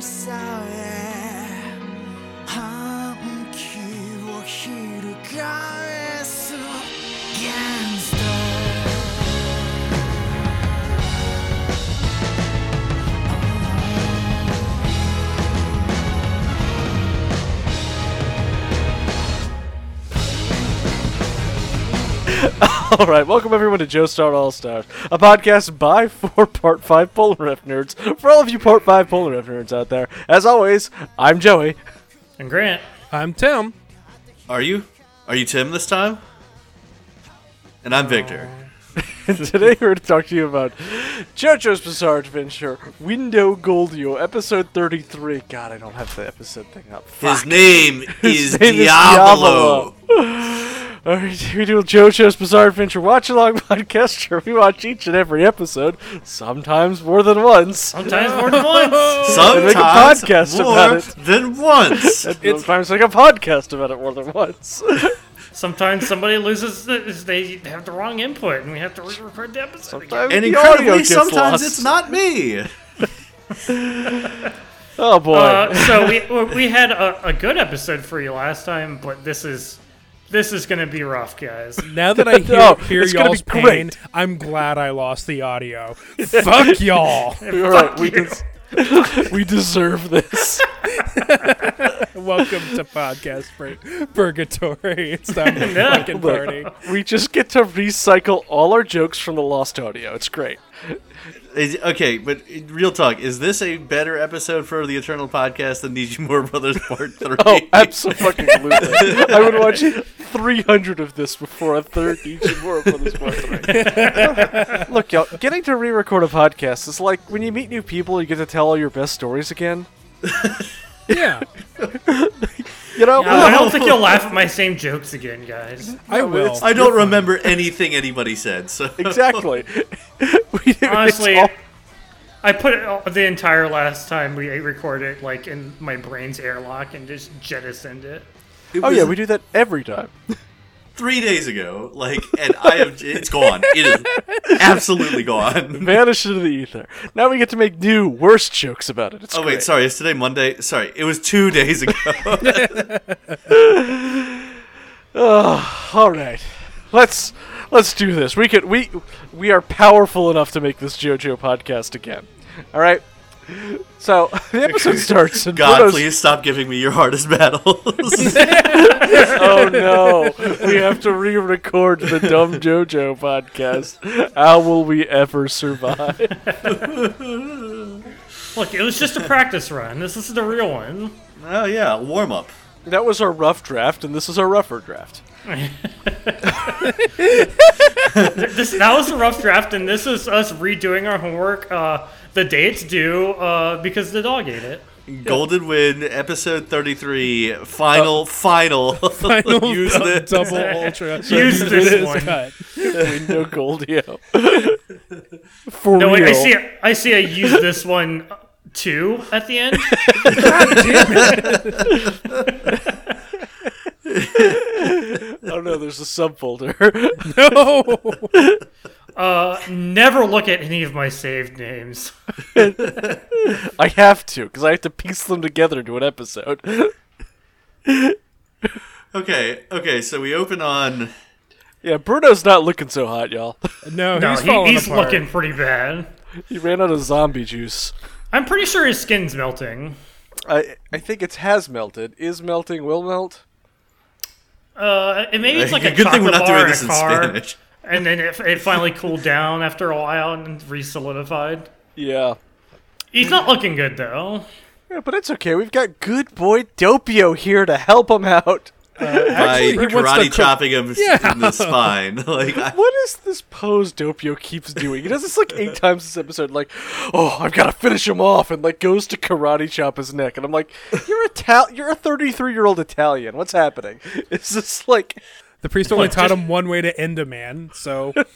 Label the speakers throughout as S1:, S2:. S1: さえ反旗を翻す Gangster
S2: All right, welcome everyone to Joe Star All Stars, a podcast by for Part Five Polar Ref nerds. For all of you Part Five Polar Ref nerds out there, as always, I'm Joey.
S3: And Grant,
S4: I'm Tim.
S5: Are you? Are you Tim this time? And I'm Victor.
S2: Oh, And today we're going to talk to you about JoJo's Bizarre Adventure, Window Goldio, episode 33. God, I don't have the episode thing up.
S5: His name is
S2: name is
S5: Diablo.
S2: All right, we do a JoJo's Bizarre Adventure watch along podcast where we watch each and every episode, sometimes more than once.
S3: sometimes more than once.
S2: And
S5: Sometimes
S2: make a podcast
S5: more
S2: about it.
S5: than once.
S2: Sometimes like a podcast about it more than once.
S3: Sometimes somebody loses, the, they have the wrong input, and we have to re-record the episode. again.
S2: Sometimes
S5: and
S2: the audio
S5: incredibly,
S2: gets
S5: sometimes
S2: lost.
S5: it's not me.
S2: Oh boy.
S3: Uh, so we we had a, a good episode for you last time, but this is this is gonna be rough, guys.
S4: Now that I hear,
S2: No,
S4: hear
S2: it's gonna be
S4: y'all's pain,
S2: great.
S4: I'm glad I lost the audio. Fuck y'all.
S2: All right, we, des- we deserve this.
S4: Welcome to podcast Pur- purgatory. It's time for
S3: No.
S4: fucking party.
S2: We just get to recycle all our jokes from the lost audio. It's great.
S5: Is- okay, but real talk, is this a better episode for the Eternal Podcast than Need You More Brothers Part 3?
S2: Oh, absolutely! I would watch 300 of this before a third each and more of this one. Look, y'all, getting to re-record a podcast is like when you meet new people, you get to tell all your best stories again.
S4: Yeah,
S2: You know,
S3: Uh, I don't think you'll laugh at my same jokes again, guys.
S4: I will.
S5: I don't remember anything anybody said, so.
S2: exactly. we, it's
S3: Honestly,
S2: all-
S3: I put it, all- the entire last time we recorded like in my brain's airlock and just jettisoned it.
S5: It
S2: oh
S5: was
S2: yeah, we do that every time.
S5: Three days ago, like, and I have. It's gone. It is absolutely gone.
S2: Vanished into the ether. Now we get to make new, worse jokes about it. It's
S5: Oh
S2: great.
S5: wait, sorry. It's today Monday. Sorry, it was two days ago.
S2: All right, let's let's do this. We could we we are powerful enough to make this JoJo podcast again. All right. So the episode starts. And
S5: God,
S2: Bruno's-
S5: please stop giving me your hardest battles.
S2: Oh no, we have to re-record the dumb JoJo podcast. How will we ever survive?
S3: Look, it was just a practice run. This, this is the real one.
S5: oh yeah, warm up.
S2: That was our rough draft, and this is our rougher draft.
S3: This that was a rough draft, and this is us redoing our homework. Uh, the day it's due uh, because the dog ate it.
S5: Golden Wind, episode thirty-three, final, final.
S4: Final
S5: Use
S4: dou-
S5: this.
S4: double ultra.
S3: Use this one.
S4: cut.
S2: Window Goldio. For
S3: No, wait,
S2: real.
S3: I see. A, I see. I use this one too at the end.
S2: Oh no, there's a subfolder.
S4: No.
S3: Uh, never look at any of my saved names.
S2: I have to because I have to piece them together to an episode.
S5: Okay, okay. So we open on.
S2: Yeah, Bruno's not looking so hot, y'all.
S4: No,
S3: No,
S4: he's
S3: he,
S4: falling
S3: he's
S4: apart.
S3: looking pretty bad.
S2: He ran out of zombie juice.
S3: I'm pretty sure his skin's melting.
S2: I I think it has melted. Is melting will melt.
S3: Uh, and maybe it's like a
S5: Good thing we're
S3: chocolate
S5: not
S3: bar
S5: doing
S3: in
S5: this
S3: a
S5: in
S3: car,
S5: Spanish.
S3: and then it, it finally cooled down after a while and re-solidified.
S2: Yeah.
S3: He's not looking good though.
S2: Yeah, but it's okay. We've got good boy Dopio here to help him out.
S5: By
S4: Actually, he wants to
S5: karate
S4: cook-
S5: chopping him
S4: Yeah.
S5: in the spine. Like, I,
S2: What is this pose Dopio keeps doing? He does this like eight times this episode. Like, oh, I've got to finish him off, and like goes to karate chop his neck. And I'm like, you're Ital- you're a 33 year old Italian. What's happening? Is this like
S4: The priest only
S3: Look,
S4: taught
S3: just-
S4: him one way to end a man, so
S2: this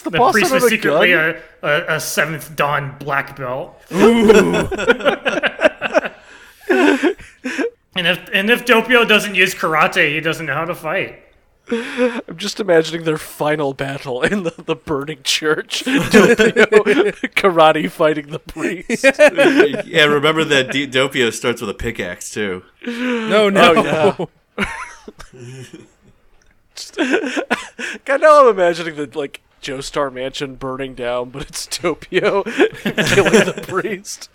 S2: the,
S3: The
S2: boss
S3: priest
S2: out of the
S3: is secretly
S2: gun?
S3: a, a, a seventh dawn black belt. and if and if Dopio doesn't use karate, he doesn't know how to fight.
S2: I'm just imagining their final battle in the, the burning church. Dopio karate fighting the priest.
S5: yeah, remember that D- Dopio starts with a pickaxe too.
S4: No, no.
S2: yeah. God, now I'm imagining the like Joe Star Mansion burning down, but it's Topio killing the priest.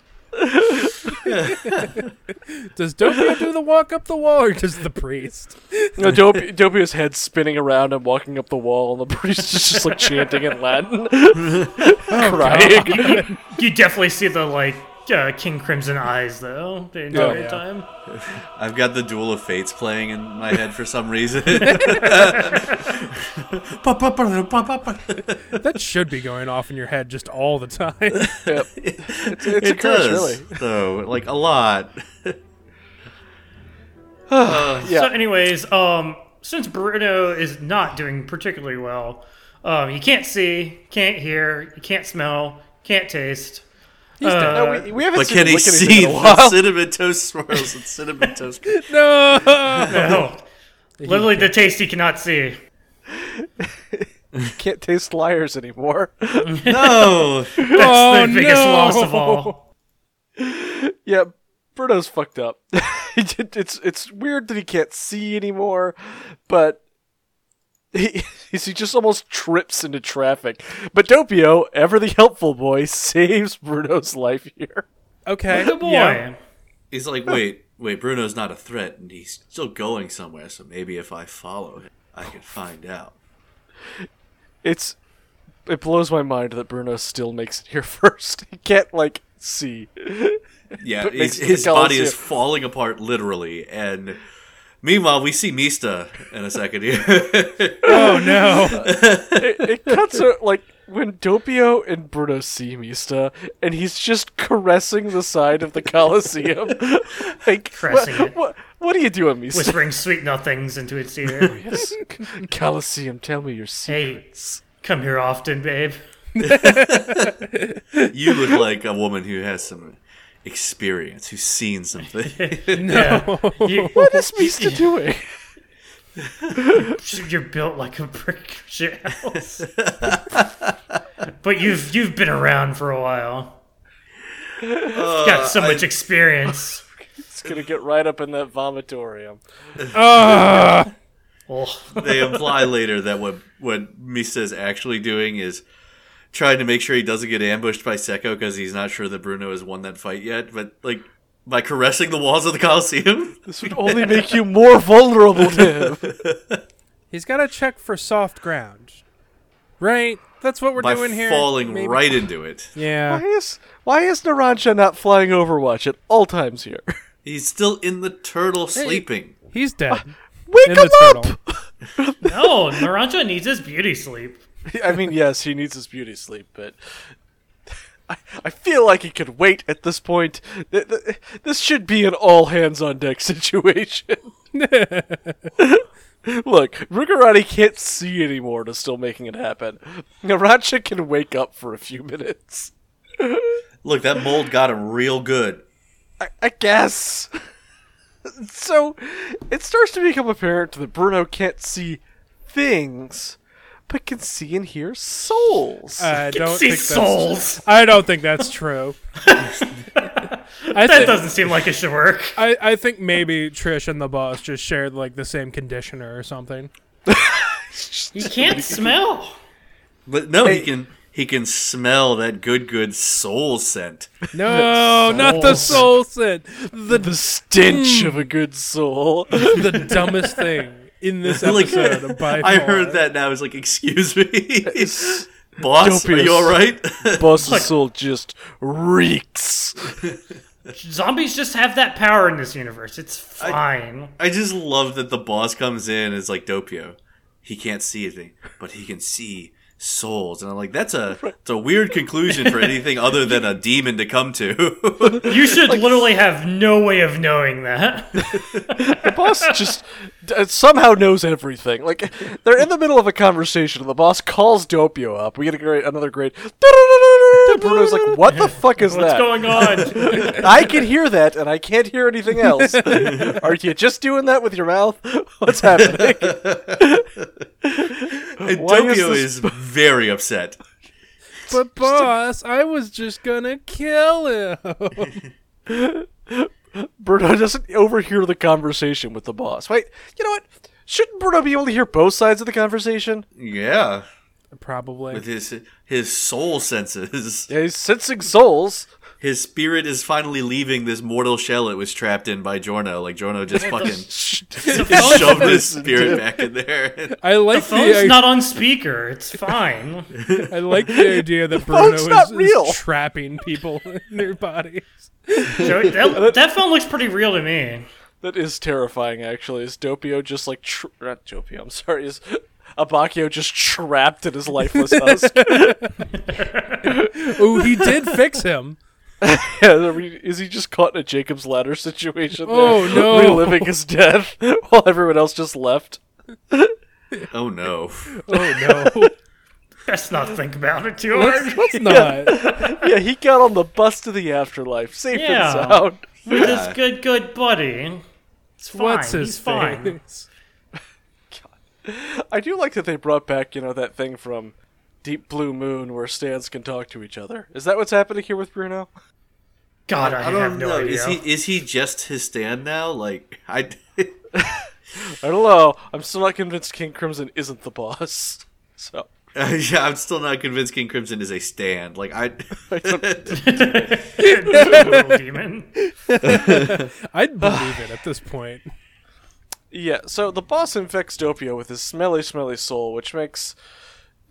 S4: Does Dopio do the walk up the wall or does the priest?
S2: No, Dop- Dopio's head spinning around and walking up the wall, and the priest is just like chanting in Latin, Oh,
S4: Uh,
S2: crying.
S3: you, you definitely see the like uh, King Crimson eyes though the entire
S4: yeah.
S3: time.
S5: I've got the Duel of Fates playing in my head for some reason.
S4: That should be going off in your head just all the time.
S2: Yep. It's, it's a
S5: it
S2: curse,
S5: does,
S2: really.
S5: though, like a lot.
S2: Yeah.
S3: So, anyways, um, since Bruno is not doing particularly well, um, you can't see, can't hear, you can't smell, can't taste. Uh,
S2: No, we, we haven't
S5: But
S2: seen
S5: can
S2: him
S5: he
S2: lick anything
S5: see
S2: in a while.
S5: the cinnamon toast swirls and cinnamon toast? crunch?
S4: no.
S3: no. Oh, Literally, the taste he cannot see.
S2: Can't taste liars anymore.
S5: No,
S3: That's
S4: Oh,
S3: the biggest
S4: no.
S3: loss of all.
S2: Yeah, Bruno's fucked up. It- it's it's weird that he can't see anymore, but he he just almost trips into traffic. But Dopio, ever the helpful boy, saves Bruno's life here.
S4: Okay.
S3: Good boy.
S4: Yeah.
S5: he's like, wait, wait, Bruno's not a threat, and he's still going somewhere. So maybe if I follow him, I can find out.
S2: It's it blows my mind that Bruno still makes it here first. He can't like see.
S5: Yeah,
S2: But
S5: his,
S2: makes it
S5: his
S2: the
S5: body is
S2: Colosseum.
S5: falling apart literally, and meanwhile we see Mista in a second here.
S4: Oh no.
S2: It, it cuts out like when Dopio and Bruno see Mista, and he's just caressing the side of the Colosseum. like,
S3: Caressing
S2: what,
S3: it.
S2: what, what are you doing, Mista?
S3: Whispering sweet nothings into its ear.
S2: Yes. Coliseum, tell me your secret.
S3: hey, come here often, babe.
S5: you look like a woman who has some experience, who's seen something.
S3: Yeah. You,
S2: What is Mista doing?
S3: You're built like a brick shit house. but you've you've been around for a while. Got so much experience.
S2: It's gonna get right up in that vomitorium.
S4: Ah.
S3: Oh,
S5: they imply later that what what Mista is actually doing is trying to make sure he doesn't get ambushed by Seko because he's not sure that Bruno has won that fight yet. But like by caressing the walls of the Coliseum,
S2: This would only make you more vulnerable to him.
S4: He's got to check for soft ground. Right? That's what we're
S5: by
S4: doing here.
S5: falling
S4: maybe.
S5: right into it,
S4: Yeah.
S2: Why is why is Naranja not flying Overwatch at all times here?
S5: he's still in the turtle sleeping.
S4: He's dead.
S2: Wake
S4: In
S2: him
S4: the
S2: up!
S4: turtle.
S3: no, Naranjo needs his beauty sleep.
S2: I mean, yes, he needs his beauty sleep, but I, I feel like he could wait at this point. Th- th- This should be an all hands on deck situation. Look, Rugarati can't see anymore to still making it happen. Naracha can wake up for a few minutes.
S5: Look, that mold got him real good.
S2: I, I guess. so it starts to become apparent that Bruno can't see things, but can see and hear souls.
S4: I don't
S3: See
S4: think that's.
S3: souls.
S4: I don't think that's true. I
S3: That
S4: think
S3: doesn't seem like it should work.
S4: I, I think maybe Trish and the boss just shared like the same conditioner or something.
S3: You can't smell.
S5: But no, he can he can smell that good good soul scent.
S4: No, not the soul scent. The
S2: the stench
S3: Hmm.
S2: of a good soul.
S4: the dumbest thing in this
S5: Like,
S4: episode by
S5: I
S4: far.
S5: heard that now. I was like, "Excuse me, boss, are
S2: Dopiest.
S5: you all right?"
S2: Boss's soul just reeks.
S3: Zombies just have that power in this universe. It's fine.
S5: I just love that the boss comes in and is like Dopio. He can't see anything, but he can see souls, and I'm like, "That's a it's a weird conclusion for anything other than a demon to come to."
S3: you should literally have no way of knowing that.
S2: The boss just uh, somehow knows everything. Like they're in the middle of a conversation, and the boss calls Dopio up. We get a great, another great Bruno's like, what the fuck is
S3: What's
S2: that?
S3: going on?
S2: I can hear that, and I can't hear anything else. Are you just doing that with your mouth? What's happening?
S5: And
S2: Why is
S5: Tokyo
S2: this-
S5: is very upset.
S4: But boss, I was just gonna kill him.
S2: Bruno doesn't overhear the conversation with the boss. Wait, you know what? Shouldn't Bruno be able to hear both sides of the conversation?
S5: Yeah,
S4: Probably.
S5: with his his soul senses,
S2: Yeah, he's sensing souls.
S5: his spirit is finally leaving this mortal shell it was trapped in by Jorno. Like Jorno just fucking shoved his spirit back in there.
S4: I like the,
S3: Phone's
S4: i-
S3: not on speaker. It's fine.
S4: I like the idea that Bruno is,
S2: not
S4: is
S2: real.
S4: trapping people in their bodies.
S3: Joey, that, that phone looks pretty real to me.
S2: That is terrifying, actually. Is Dopio just like. Tra- not Dopio, I'm sorry. Is Abacchio just trapped in his lifeless husk?
S4: Oh, he did fix him.
S2: Yeah, are we- is he just caught in a Jacob's Ladder situation? there,
S4: Oh, no.
S2: Reliving his death while everyone else just left?
S5: Oh no!
S4: Oh no,
S3: Best not think about it too
S4: let's,
S3: hard.
S4: let's not.
S2: Yeah, he got on the bus to the afterlife, safe
S3: Yeah.
S2: and sound.
S3: With his good, good buddy. It's fine.
S4: What's
S3: He's
S4: his
S3: fine.
S4: face?
S2: I do like that they brought back, you know, that thing from Deep Blue Moon where stands can talk to each other. Is that what's happening here with Bruno?
S3: God, I,
S5: I
S3: have
S5: don't
S3: no
S5: know.
S3: idea.
S5: Is he is he just his stand now? Like I.
S2: I don't know. I'm still not convinced King Crimson isn't the boss. So
S5: yeah, I'm still not convinced King Crimson is a stand. Like I,
S3: Little demon.
S4: I'd believe it at this point.
S2: yeah, so the boss infects Dopio with his smelly, smelly soul, which makes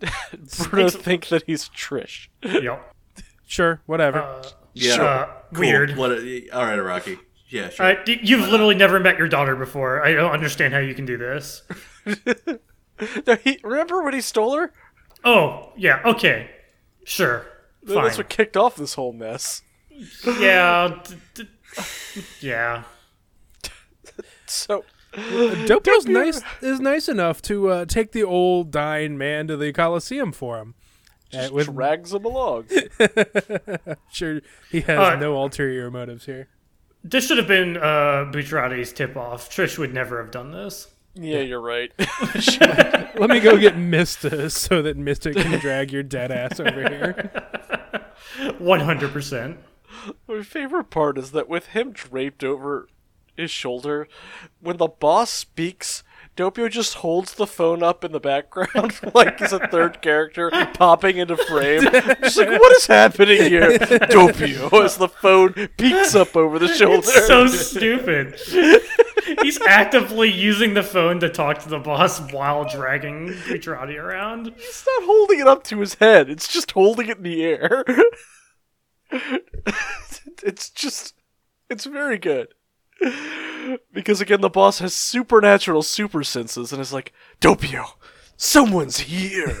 S2: Bruno think that he's Trish.
S3: Yep.
S4: Sure, whatever.
S5: yeah,
S3: Uh,
S5: Cool.
S3: Weird.
S5: What? A, all right, Iraqi. Yeah, sure.
S3: Uh, y- you've literally never met your daughter before. I don't understand how you can do this.
S2: No, he remember when he stole her?
S3: Oh, yeah, okay. Sure. Fine.
S2: That's what kicked off this whole mess.
S3: Yeah. d- d- yeah.
S2: So
S4: Dopio's nice is nice enough to uh, take the old dying man to the Coliseum for him. Uh, with-
S2: drags him along.
S4: sure, he has
S3: Alright.
S4: no ulterior motives here.
S3: This should have been uh, Bucciarati's tip off. Trish would never have done this.
S2: Yeah, you're right.
S4: Let me go get Mista so that Mista can drag your dead ass over here.
S3: 100%.
S2: My favorite part is that with him draped over his shoulder, when the boss speaks, Dopio just holds the phone up in the background like he's a third character popping into frame. Just like, what is happening here? Dopio as the phone peeks up over the shoulder.
S3: So stupid. He's actively using the phone to talk to the boss while dragging Bucciarati around.
S2: It's not holding it up to his head. It's just holding it in the air. it's just, it's very good. Because again, the boss has supernatural super senses and is like, Dopio, someone's here. Look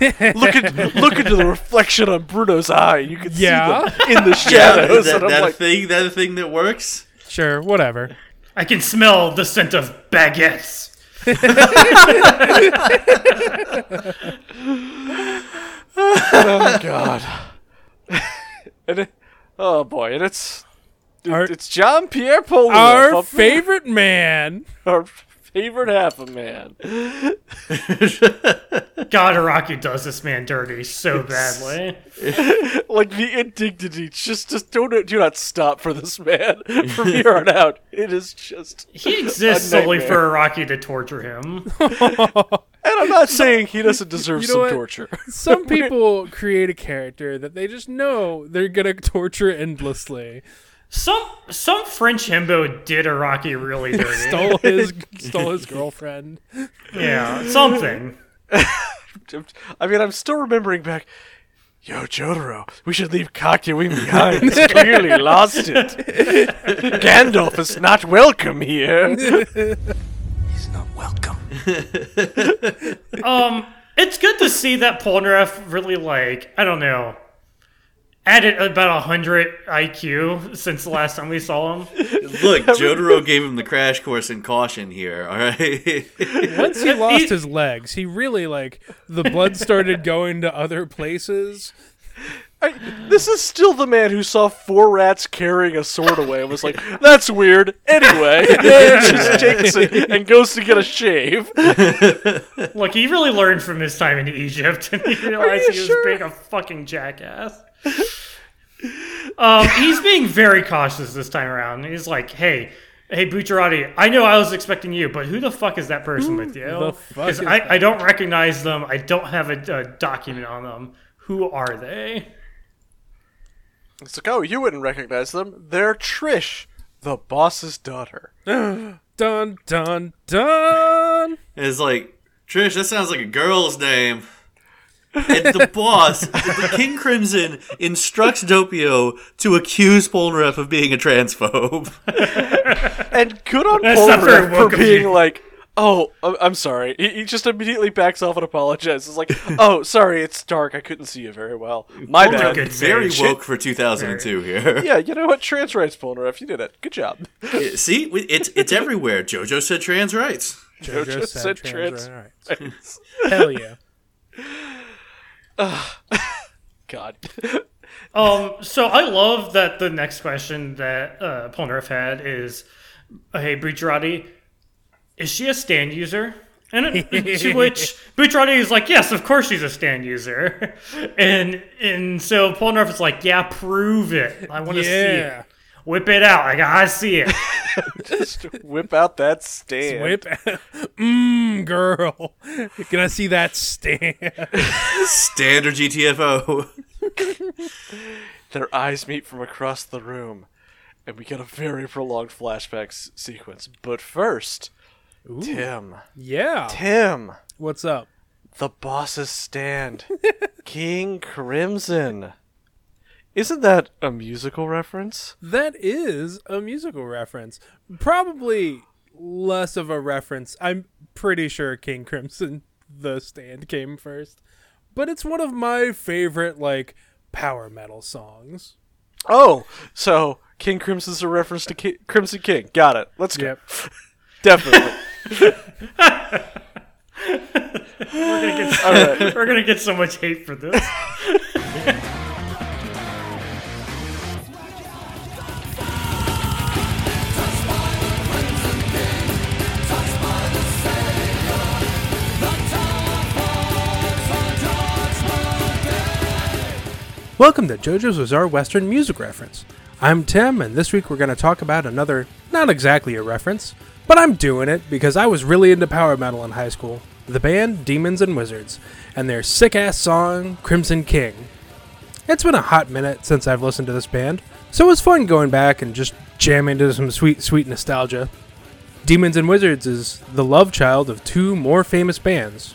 S2: at look into the reflection on Bruno's eye. You can
S4: Yeah.
S2: see them in the
S5: Yeah,
S2: shadows.
S5: that,
S2: and I'm
S5: that
S2: like,
S5: thing, that thing that works.
S4: Sure, whatever.
S3: I can smell the scent of baguettes.
S2: oh god. and it, oh boy, and it's
S4: Our,
S2: it's John Pierre Paul,
S4: our favorite man.
S2: our favorite half a man.
S3: God, Araki does this man dirty so badly.
S2: like the indignity just just don't do not stop for this man from here on out it is just
S3: He exists
S2: A
S3: solely for
S2: nightmare.
S3: Araki to torture him.
S2: and i'm not saying he doesn't deserve
S4: You know
S2: some
S4: what?
S2: torture
S4: Some people create a character that they just know they're gonna torture endlessly.
S3: Some some French himbo did Araki really dirty.
S4: Stole his stole his girlfriend.
S3: yeah, something.
S2: i mean i'm still remembering back yo jotaro we should leave kakyoin behind he's clearly lost it gandalf is not welcome here
S1: He's not welcome.
S3: It's good to see that Polnareff really like I don't know. Added about hundred IQ since the last time we saw him.
S5: Look, Jotaro gave him the crash course in caution here. All right.
S4: Once he lost his legs, he really like the blood started going to other places.
S2: I, this is still the man who saw four rats carrying a sword away and was like, "That's weird." Anyway, and just takes it and goes to get a shave.
S3: Look, he really learned from his time in Egypt, and he realized
S2: you
S3: he was
S2: sure?
S3: being a fucking jackass. um, he's being very cautious this time around. He's like, "Hey, hey, Bucciarati, I know I was expecting you, but who the fuck is that person with you?
S4: the fuck
S3: Because
S4: is
S3: I, I don't recognize them. I don't have a, a document on them. Who are they?
S2: It's like, oh, you wouldn't recognize them. They're Trish, the boss's daughter.
S4: Dun dun dun.
S5: And it's like, Trish, that sounds like a girl's name. And the boss, the King Crimson, instructs Dopio to accuse Polnareff of being a transphobe.
S2: And good on
S3: That's not very
S2: Polnareff for
S3: welcome,
S2: being
S3: dude.
S2: like, oh, I- I'm sorry. He, he just immediately backs off and apologizes. Like, oh, sorry, it's dark. I couldn't see you very well. My
S3: Polnareff
S2: bad.
S3: could- Good
S5: Very
S3: save.
S5: woke for 2002 here.
S2: Yeah, you know what? Trans rights, Polnareff. You did it. Good job.
S5: It- See, we- it's it's everywhere. JoJo said trans rights.
S4: JoJo
S2: JoJo said trans
S4: right, all right. Hell yeah.
S2: God.
S3: Um, so I love that the next question that uh, Polnareff had is, "Hey, Bucciarati, is she a stand user?" And it, to which Bucciarati is like, "Yes, of course she's a stand user," and and so Polnareff is like, "Yeah, prove it. I want to see
S4: Yeah.
S3: it. Whip it out. Like I see it."
S2: Just whip out that stand.
S4: Whip. Mmm, girl. Can I see that stand?
S5: Standard GTFO.
S2: Their eyes meet from across the room, and we get a very prolonged flashback s- sequence. But first, Tim.
S4: Yeah.
S2: Tim.
S4: What's up?
S2: The boss's stand. King Crimson. Isn't that a musical reference?
S4: That is a musical reference. Probably less of a reference. I'm pretty sure King Crimson the Stand came first. But it's one of my favorite like power metal songs.
S2: Oh, so King Crimson's a reference to Ki- Crimson King. Got it. Let's go.
S4: Yep.
S2: Definitely.
S3: We're gonna get so, we're gonna get so much hate for this.
S4: Welcome to JoJo's Bizarre Western Music Reference. I'm Tim, and this week we're going to talk about another, not exactly a reference, but I'm doing it because I was really into power metal in high school. The band Demons and Wizards, and their sick ass song, Crimson King. It's been a hot minute since I've listened to this band, so it was fun going back and just jamming to some sweet, sweet nostalgia. Demons and Wizards is the love child of two more famous bands,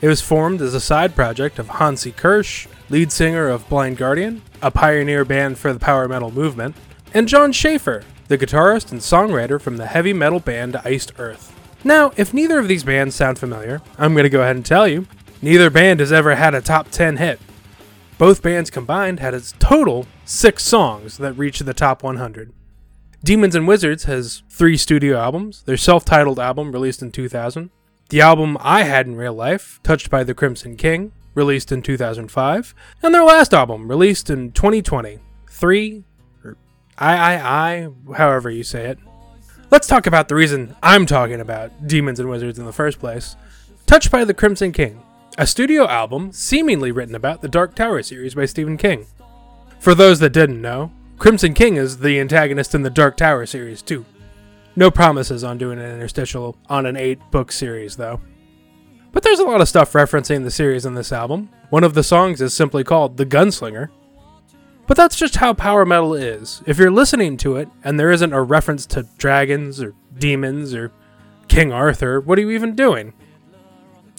S4: it was formed as a side project of Hansi Kirsch, lead singer of Blind Guardian, a pioneer band for the power metal movement, and John Schaefer, the guitarist and songwriter from the heavy metal band Iced Earth. Now, if neither of these bands sound familiar, I'm going to go ahead and tell you neither band has ever had a top 10 hit. Both bands combined had its total six songs that reached the top 100. Demons and Wizards has three studio albums, their self titled album released in 2000, the album I Had in Real Life, Touched by the Crimson King, released in 2005, and their last album, released in 2020, 3, or I, I, I, however you say it. Let's talk about the reason I'm talking about Demons and Wizards in the first place. Touched by the Crimson King, a studio album seemingly written about the Dark Tower series by Stephen King. For those that didn't know, Crimson King is the antagonist in the Dark Tower series, too. No promises on doing an interstitial on an eight book series, though. But there's a lot of stuff referencing the series in this album. One of the songs is simply called The Gunslinger. But that's just how power metal is. If you're listening to it and there isn't a reference to dragons or demons or King Arthur, what are you even doing?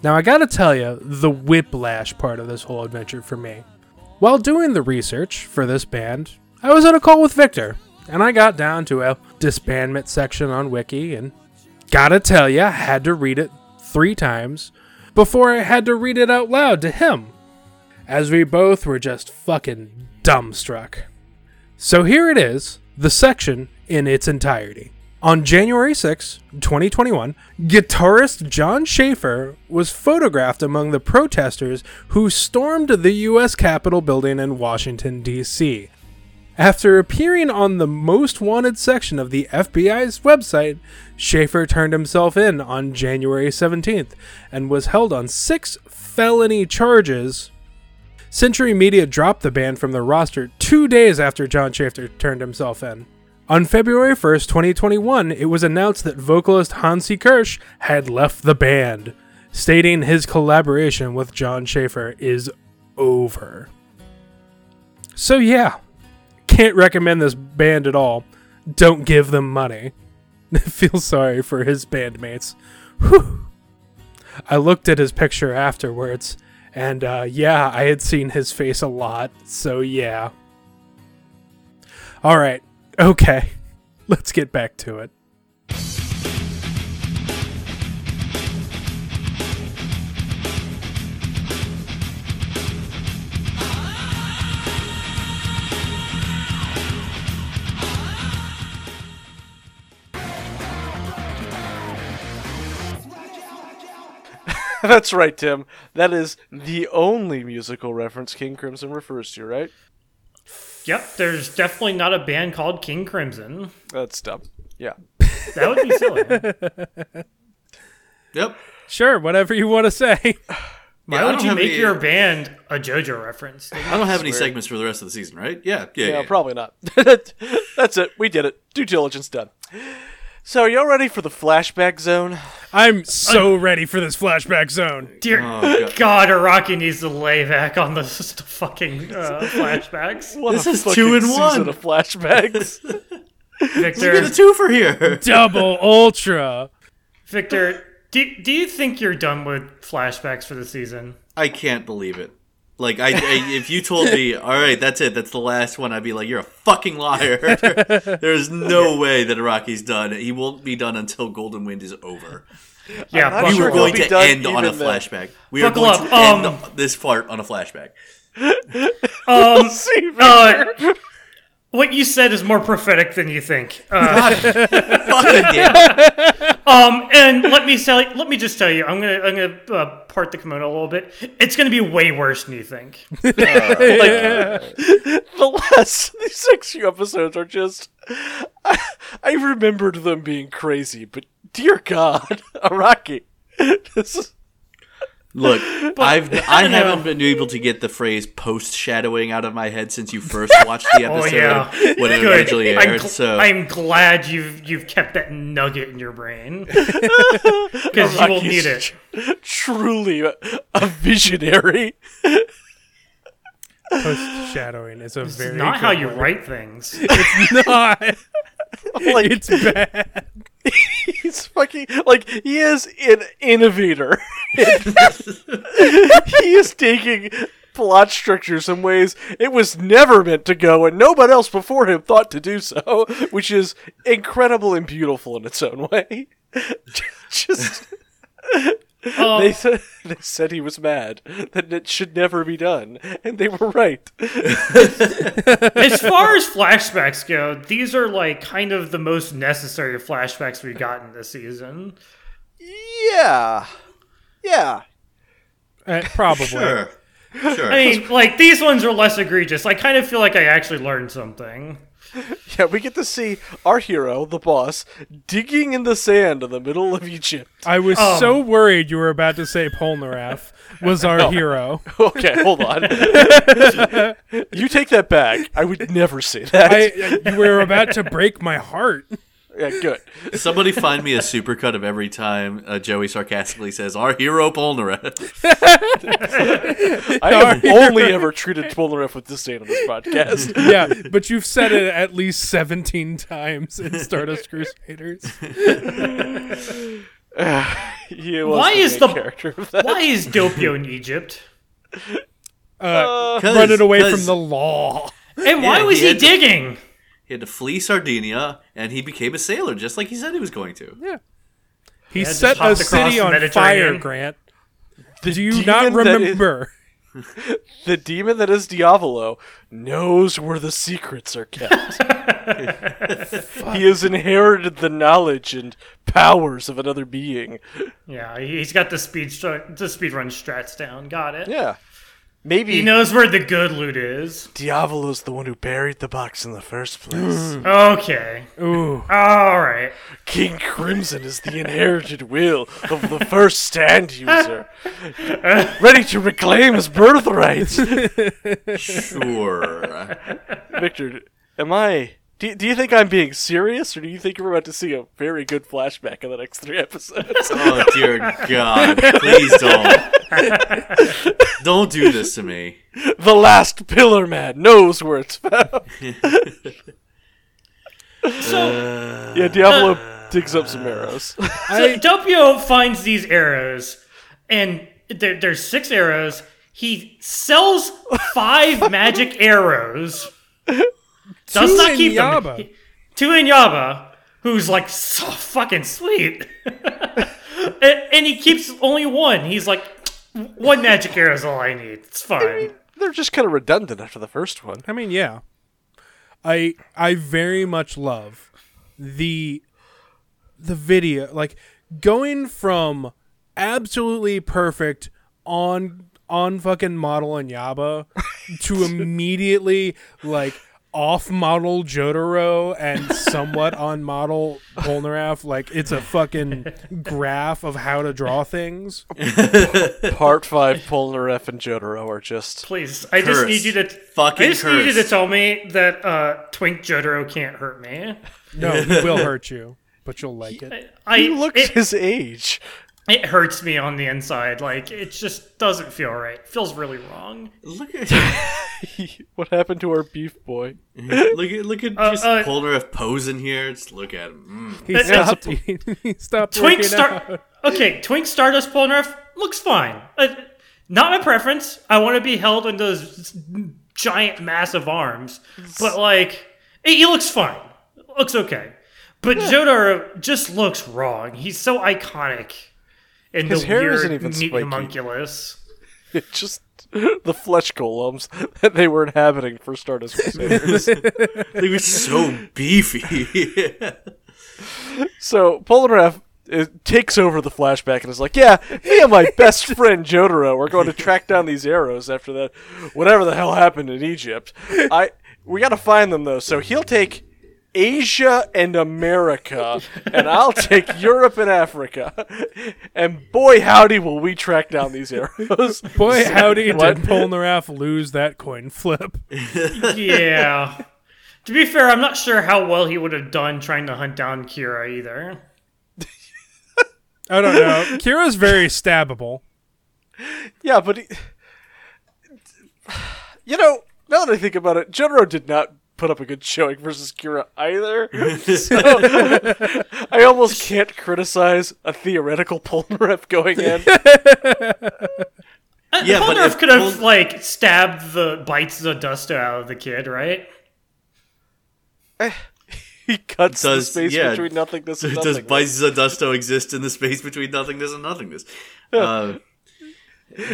S4: Now, I gotta tell you, the whiplash part of this whole adventure for me. While doing the research for this band, I was on a call with Victor, and I got down to a disbandment section on Wiki, and gotta tell ya, I had to read it three times before I had to read it out loud to him, as we both were just fucking dumbstruck. So here it is, the section in its entirety. On January 6, 2021, guitarist John Schaefer was photographed among the protesters who stormed the U.S. Capitol building in Washington, D.C. After appearing on the most wanted section of the FBI's website, Schaefer turned himself in on January 17th and was held on six felony charges. Century Media dropped the band from the roster two days after John Schaefer turned himself in. On February 1st, 2021, it was announced that vocalist Hansi Kirsch had left the band, stating his collaboration with John Schaefer is over. So, yeah, can't recommend this band at all. Don't give them money. Feel sorry for his bandmates. Whew. I looked at his picture afterwards, and uh, yeah, I had seen his face a lot, so yeah. All right, okay, let's get back to it.
S2: That's right, Tim. That is the only musical reference King Crimson refers to, right?
S3: Yep, there's definitely not a band called King Crimson.
S2: That's dumb. Yeah.
S3: That would be silly.
S5: Yep.
S4: Sure, whatever you want to say.
S5: Yeah, I
S3: Why would
S5: don't
S3: you
S5: have
S3: make
S5: any-
S3: your band a JoJo reference?
S5: I don't have any segments for the rest of the season, right? Yeah. Yeah.
S2: Yeah,
S5: yeah,
S2: probably not. That's it. We did it. Due diligence done. So, are y'all ready for the flashback zone?
S4: I'm so ready for this flashback zone.
S3: Dear
S5: Oh, God.
S3: God, Araki needs to lay back on the s- fucking uh, flashbacks.
S2: What
S5: This
S2: a
S5: is
S2: fucking
S5: two in
S2: season
S5: one.
S2: Of flashbacks.
S5: Get a
S3: Victor,
S5: two for here.
S4: Double ultra.
S3: Victor, do, do you think you're done with flashbacks for the season?
S5: I can't believe it. Like I, I if you told me, all right, that's it, that's the last one, I'd be like, you're a fucking liar. There's no way that Iraqi's done. He won't be done until Golden Wind is over.
S3: Yeah,
S2: not
S3: buckle
S5: We
S2: sure
S5: were
S3: up.
S2: he'll
S5: going
S2: be
S5: to
S2: done
S5: end on a
S2: even then.
S5: flashback. We are
S3: Buckle
S5: going
S3: up,
S5: to end
S3: um,
S5: this part on a flashback.
S3: Um,
S2: See,
S3: uh, what you said is more prophetic than you think. Uh,
S5: Fucking damn.
S3: um, and let me tell let me just tell you, I'm gonna I'm gonna uh, part the kimono a little bit. It's gonna be way worse than you think.
S2: the last these six few episodes are just. I, I remembered them being crazy, but dear God, Araki, this is
S5: Look, I've I
S3: don't know.
S5: haven't been able to get the phrase post shadowing out of my head since you first watched the
S3: Oh
S5: episode
S3: yeah,
S5: when it
S3: Good.
S5: originally
S3: I'm,
S5: aired.
S3: gl-
S5: so
S3: I'm glad you've you've kept that nugget in your brain because you
S2: Araki's
S3: will need it.
S2: tr- truly a, a visionary.
S4: Post shadowing is a very
S3: Not
S4: good
S3: how you
S4: word.
S3: write things.
S4: not.
S2: Like
S4: It's bad.
S2: he's fucking like he is an innovator. he is taking plot structures in ways it was never meant to go, and nobody else before him thought to do so, which is incredible and beautiful in its own way. Just
S3: Um,
S2: they said they said he was mad that it should never be done, and they were right.
S3: as far as flashbacks go, these are like kind of the most necessary flashbacks we've gotten this season.
S2: Yeah, yeah.
S4: Uh, probably.
S5: sure, sure.
S3: I mean, like these ones are less egregious. I kind of feel like I actually learned something.
S2: Yeah, we get to see our hero, the boss, digging in the sand in the middle of Egypt.
S4: I was so worried you were about to say Polnareff was our hero.
S2: Okay, hold on. you take that back. I would never say that.
S4: I, you were about to break my heart.
S2: yeah, good.
S5: Somebody find me a supercut of every time uh, Joey sarcastically says, "Our hero Polnareff."
S2: I have only ever treated Polnareff with disdain on this podcast.
S4: Yeah, but you've said it at least 17 times in Stardust Crusaders.
S2: He was
S3: Why
S2: the
S3: is
S2: main
S3: the-
S2: character of that?
S3: Why is Dopio in Egypt?
S4: Running away from the law.
S3: And why
S5: Yeah,
S3: was he
S5: he had to-
S3: digging?
S5: He had to flee Sardinia, and he became a sailor, just like he said he was going to.
S4: He
S3: just
S4: set a
S3: popped across
S4: city
S3: the
S4: on fire,
S3: Mediterranean.
S4: Grant. Do you not
S2: demon that is-
S4: remember?
S2: The demon that is Diavolo knows where the secrets are kept. He has inherited the knowledge and powers of another being.
S3: Yeah, he's got the speed stru- the speedrun strats down. Got it.
S2: Yeah. Maybe
S3: He knows where the good loot is.
S2: Diavolo's the one who buried the box in the first place.
S3: Mm. Okay.
S4: Ooh.
S3: All right.
S2: King Crimson is the inherited will of the first stand user, ready to reclaim his birthright.
S5: Sure.
S2: Victor, am I? Do, do you think I'm being serious, or do you think we're about to see a very good flashback in the next three episodes?
S5: Oh dear God! Please don't. Don't do this to me.
S2: the last Pillar Man knows where it's found. yeah, Diablo digs up some arrows.
S3: So Doppio finds these arrows, and there, there's six arrows. He sells five magic arrows. Does
S4: Two
S3: not
S4: in
S3: keep
S4: Yaba.
S3: them. Two to Inyaba, who's like so fucking sweet, and, and he keeps only one. He's like, one magic arrow is all I need. It's fine.
S2: They're just kind of redundant after the first one.
S4: I mean, yeah. I I very much love the the video like going from absolutely perfect on on fucking model and Yaba to immediately like off model Jotaro and somewhat on model Polnareff like it's a fucking graph of how to draw things.
S2: Part five, Polnareff and Jotaro are just
S3: Please, I just need
S5: Curse.
S3: you to
S5: Fucking
S3: I just need you to
S5: curse.
S3: tell me that uh, Twink Jotaro can't hurt me.
S4: No, he will hurt you, but you'll like it.
S3: I
S2: He looks
S3: it-
S2: his age.
S3: it hurts me on the inside. Like it just doesn't feel right. Feels really wrong.
S5: Look at
S2: What happened to our beef boy?
S5: look at look at just
S3: uh,
S5: Polnareff posing here. Just look at him. Mm.
S4: He stopped. He, stopped.
S3: Twink
S4: working out.
S3: Star. Okay, Twink Stardust Polnareff looks fine. Uh, not my preference. I want to be held in those giant, massive arms. But like, he he looks fine. Looks okay. But Jotaro just looks wrong. He's so iconic. And
S2: His
S3: the
S2: hair
S3: weird,
S2: isn't even
S3: neat
S2: spiky.
S3: homunculus.
S2: It just the flesh columns that they were inhabiting for Stardust Crusaders.
S5: He was Mm, so beefy.
S2: so Polnareff uh, takes over the flashback and is like, "Yeah, me and my best friend Jotaro are going to track down these arrows after that, whatever the hell happened in Egypt. I we got to find them though. So he'll take." Asia and America, and I'll take Europe and Africa. And boy, howdy, will we track down these arrows.
S4: Boy, howdy,
S2: What?
S4: did Polnareff lose that coin flip.
S3: yeah. To be fair, I'm not sure how well he would have done trying to hunt down Kira either.
S4: I don't know. Kira's very stabbable.
S2: Yeah, but he, you know, now that I think about it, Jotaro did not put up a good showing versus Kira either. So I almost can't criticize a theoretical Polnareff going in.
S5: yeah, but
S3: Polnareff
S5: if
S3: could have
S5: Poln-
S3: like stabbed the bites the duster out of the kid, right?
S2: He cuts
S5: Does-
S2: the space
S5: yeah.
S2: between nothingness and
S5: does
S2: nothingness.
S5: Bizedusto exist in the space between nothingness and nothingness? Uh,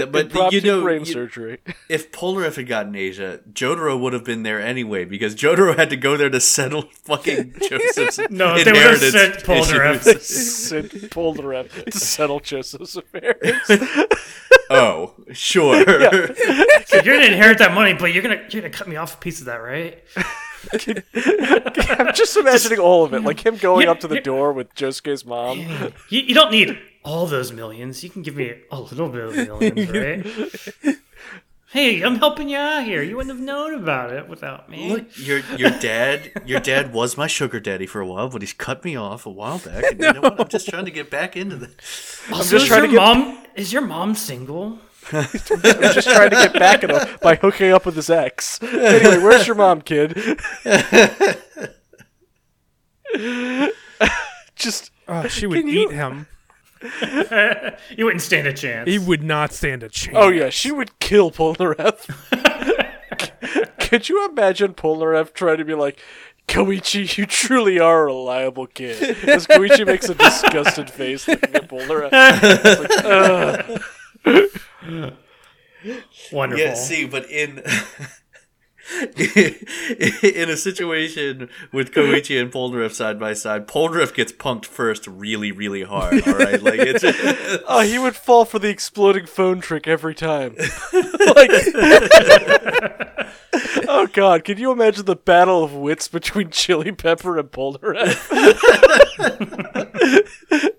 S5: but
S2: Impromptu
S5: you know,
S2: brain
S5: you-
S2: surgery.
S5: if Polnareff had gotten Asia, Jotaro would have been there anyway because Jotaro had to go there to settle fucking Joseph's
S3: No, they would have
S5: inheritance
S3: sent Polnareff.
S5: issues.
S2: Sent Polnareff to settle Joseph's affairs.
S5: Oh, sure.
S3: So you're gonna inherit that money, but you're gonna you're gonna cut me off a piece of that, right?
S2: I'm just imagining all of it, like him going
S3: Yeah,
S2: up to the
S3: yeah.
S2: door with Josuke's mom.
S3: You, you don't need all those millions. You can give me a little bit of millions, right? hey, I'm helping you out here. You wouldn't have known about it without me.
S5: Look, your your dad, your dad was my sugar daddy for a while, but he's cut me off a while back. And you know what? I'm just trying to get back into the.
S3: also,
S2: just
S3: is
S2: trying
S3: your
S2: to get-
S3: mom is your mom single?
S2: I'm just trying to get back at him by hooking up with his ex. Anyway, where's your mom, kid? just
S4: Oh, she would
S2: Can you-
S4: eat him.
S3: You wouldn't stand a chance.
S4: He would not stand a chance.
S2: oh yeah, she would kill Polnareff. Could you imagine Polnareff trying to be like, Koichi, you truly are a reliable kid? As Koichi makes a disgusted face looking at Polnareff.
S3: Wonderful.
S5: Yeah, see, but in in a situation with Koichi and Polnareff side by side, Polnareff gets punked first really, really hard. All right, like it's
S2: Oh, he would fall for the exploding phone trick every time. like, oh God, can you imagine the battle of wits between Chili Pepper and Polnareff?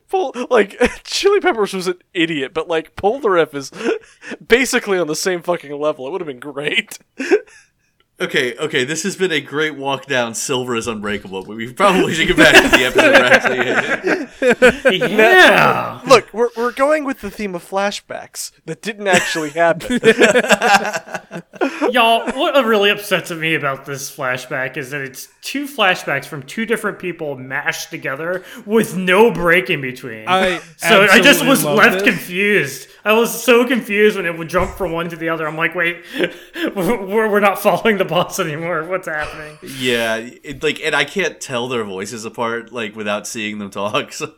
S2: Pol- like, Chili Peppers was an idiot, but like Polnareff is basically on the same fucking level. It would have been great.
S5: okay, okay. This has been a great walk down. Silver is unbreakable, but we probably should get back to the episode. We're actually in.
S3: Yeah.
S2: Look, we're we're going with the theme of flashbacks that didn't actually happen.
S3: Y'all, what really upsets me about this flashback is that it's two flashbacks from two different people mashed together with no break in between.
S4: I
S3: so I just
S4: absolutely
S3: was
S4: love
S3: left
S4: this.
S3: confused. I was so confused when it would jump from one to the other. I'm like, wait, we're, we're not following the boss anymore. What's happening?
S5: yeah, it, like, and I can't tell their voices apart like without seeing them talk. So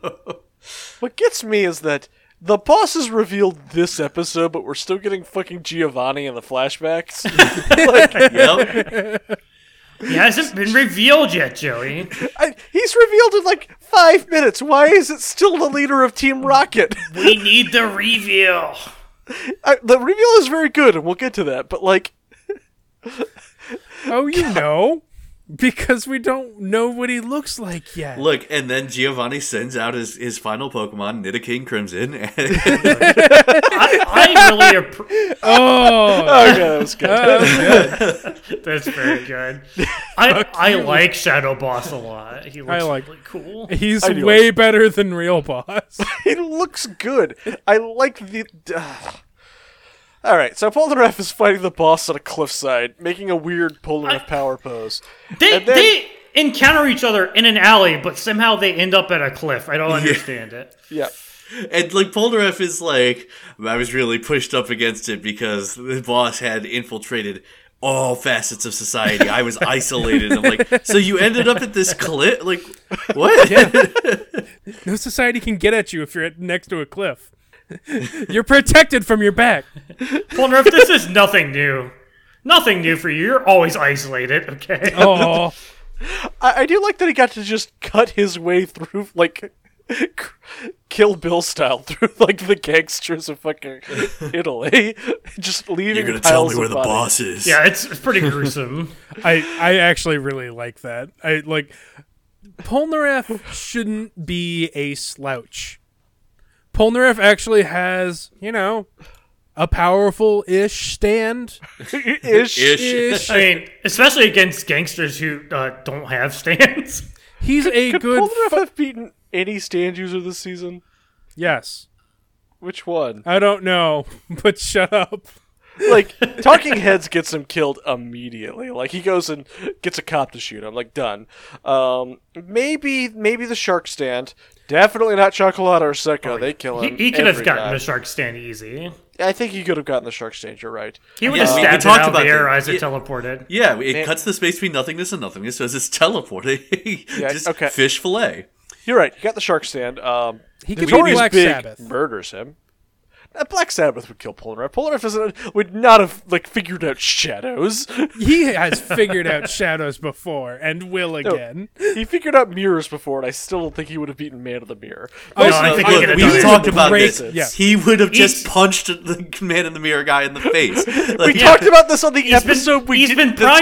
S2: What gets me is that the boss is revealed this episode, but we're still getting fucking Giovanni in the flashbacks. like,
S5: yep,
S3: It hasn't been revealed yet, Joey.
S2: I, he's revealed in like five minutes. Why is it still the leader of Team Rocket?
S3: We need the reveal.
S2: I, the reveal is very good, and we'll get to that. But like,
S4: Oh, you know, because we don't know what he looks like yet.
S5: look, and then Giovanni sends out his, his final Pokemon, Nidoking Crimson, and
S3: I, I really appre-
S4: Oh, uh,
S2: oh god, that was good.
S3: That's very good. I I like Shadow Boss a lot. He looks
S4: like-
S3: really cool.
S4: he's
S2: knew
S4: way better than real boss.
S2: he looks good. I like the. Uh. All right, so Polnareff is fighting the boss on a cliffside, making a weird Polnareff power pose.
S3: They
S2: And then-
S3: they encounter each other in an alley, but somehow they end up at a cliff. I don't understand it.
S2: Yeah.
S5: And like Polnareff is like, I was really pushed up against it because the boss had infiltrated all facets of society. I was isolated. I'm like, so you ended up at this cliff? Like, what?
S4: No society can get at you if you're at, next to a cliff. you're protected from your back.
S3: Polnareff, this is nothing new. Nothing new for you. You're always isolated, okay?
S4: Oh,
S2: I, I do like that he got to just cut his way through, like, Kill Bill style, through, like, the gangsters of fucking Italy. just leaving
S5: You're gonna tell
S2: piles
S5: me where
S2: of
S5: the
S2: bodies.
S5: boss is?
S3: Yeah, it's, it's pretty gruesome.
S4: I I actually really like that. I like Polnareff shouldn't be a slouch. Polnareff actually has, you know, a powerful ish stand.
S2: Ish.
S5: Ish.
S4: Ish.
S3: I mean, especially against gangsters who uh, don't have stands.
S4: He's a
S2: Could
S4: good
S2: Polnareff
S4: fu-
S2: have beaten any stand user this season?
S4: Yes.
S2: Which one?
S4: I don't know, but shut up.
S2: like talking heads gets him killed immediately like he goes and gets a cop to shoot him like done um maybe maybe the shark stand definitely not chocolata or Seco.
S5: Oh,
S2: they kill
S3: He,
S2: him
S3: he could have
S2: every
S3: gotten
S2: time.
S3: the shark stand easy.
S2: i think he could have gotten the shark stand you're right
S3: He would
S5: Yeah,
S3: have
S5: we- we
S3: stabbed
S5: talked
S3: it out of
S5: about
S3: the air
S5: that.
S3: as it
S5: Yeah.
S3: teleported.
S5: Yeah, it cuts the space between nothingness and nothingness, so it's teleporting. Just
S2: okay.
S5: fish fillet.
S2: you're right you got the shark stand um
S4: He could be
S2: Notorious
S4: Black
S2: Big
S4: Sabbath.
S2: murders him Uh, Black Sabbath would kill Polnareff. Polnareff isn't, would not have like figured out shadows.
S4: He has figured out shadows before and will again.
S2: he figured out mirrors before, and I still don't think he would have beaten Man of the Mirror.
S3: No, I think he could
S5: Look,
S3: have
S5: we
S3: done it.
S5: talked about
S4: Great.
S5: this.
S4: Yeah.
S5: He would have just
S3: East-
S5: punched the man in the mirror guy in the face.
S2: We
S5: Like,
S2: talked about this on the
S3: been-
S2: episode we
S3: he's
S2: did,
S3: been
S2: that's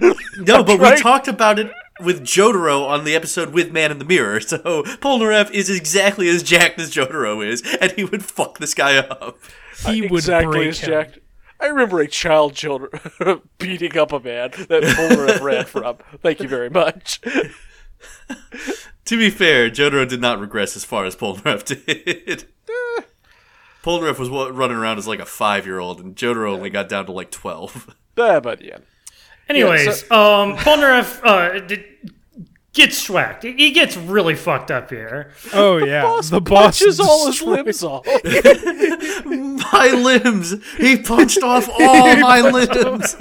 S2: gone.
S5: No, but
S2: right.
S5: we talked about it with Jotaro on the episode with Man in the Mirror. So Polnareff is exactly as jacked as Jotaro is, and he would fuck this guy up.
S4: He would break
S2: as
S4: him.
S2: jacked. I remember a child children beating up a man that Polnareff ran from. Thank you very much.
S5: To be fair, Jotaro did not regress as far as Polnareff did. Polnareff was wa- running around as like a five-year-old, and Jotaro only got down to like twelve.
S2: Ah, but yeah,
S3: Anyways, um, Polnareff uh, did, gets schwacked. He- He gets really fucked up here.
S4: Oh yeah, the boss
S2: punches all his
S4: destroyed-
S2: limbs off.
S5: my limbs! He punched off all my limbs.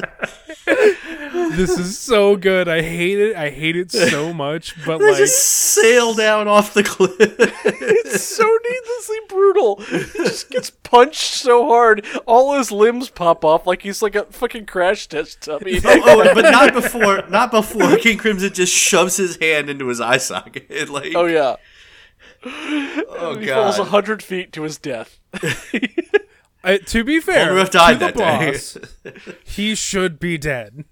S4: this is so good. I hate it. I hate it so much. But
S5: They
S4: like,
S5: just sail down off the cliff.
S2: It's so needlessly brutal. He just gets punched so hard, all his limbs pop off like he's like a fucking crash test dummy.
S5: oh, oh, but not before, not before King Crimson just shoves his hand into his eye socket. Like,
S2: oh yeah,
S5: oh,
S2: he falls a
S5: god,
S2: hundred feet to his death.
S4: I- to be fair,
S5: Polnareff died
S4: to the
S5: that day.
S4: boss, he should be dead.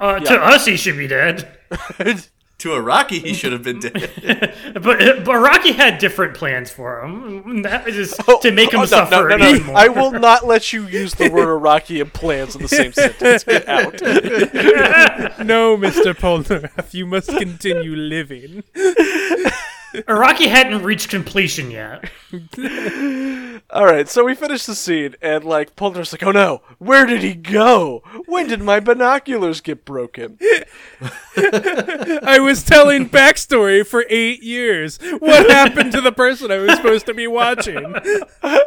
S3: Uh, To us, he should be dead.
S5: to Iraqi, he should have been dead.
S3: But, but Rocky had different plans for him. That is to make him
S2: Oh, no, no,
S3: suffer
S2: no, no.
S3: even more.
S2: I will not let you use the word Iraqi and plans in the same sentence. Get out.
S4: No, Mister Polnareff, you must continue living.
S3: Rocky hadn't reached completion yet.
S2: All right, so we finish the scene, and like Polter's like, "Oh no, where did he go? When did my binoculars get broken?"
S4: I was telling backstory for eight years. What happened to the person I was supposed to be watching?
S2: I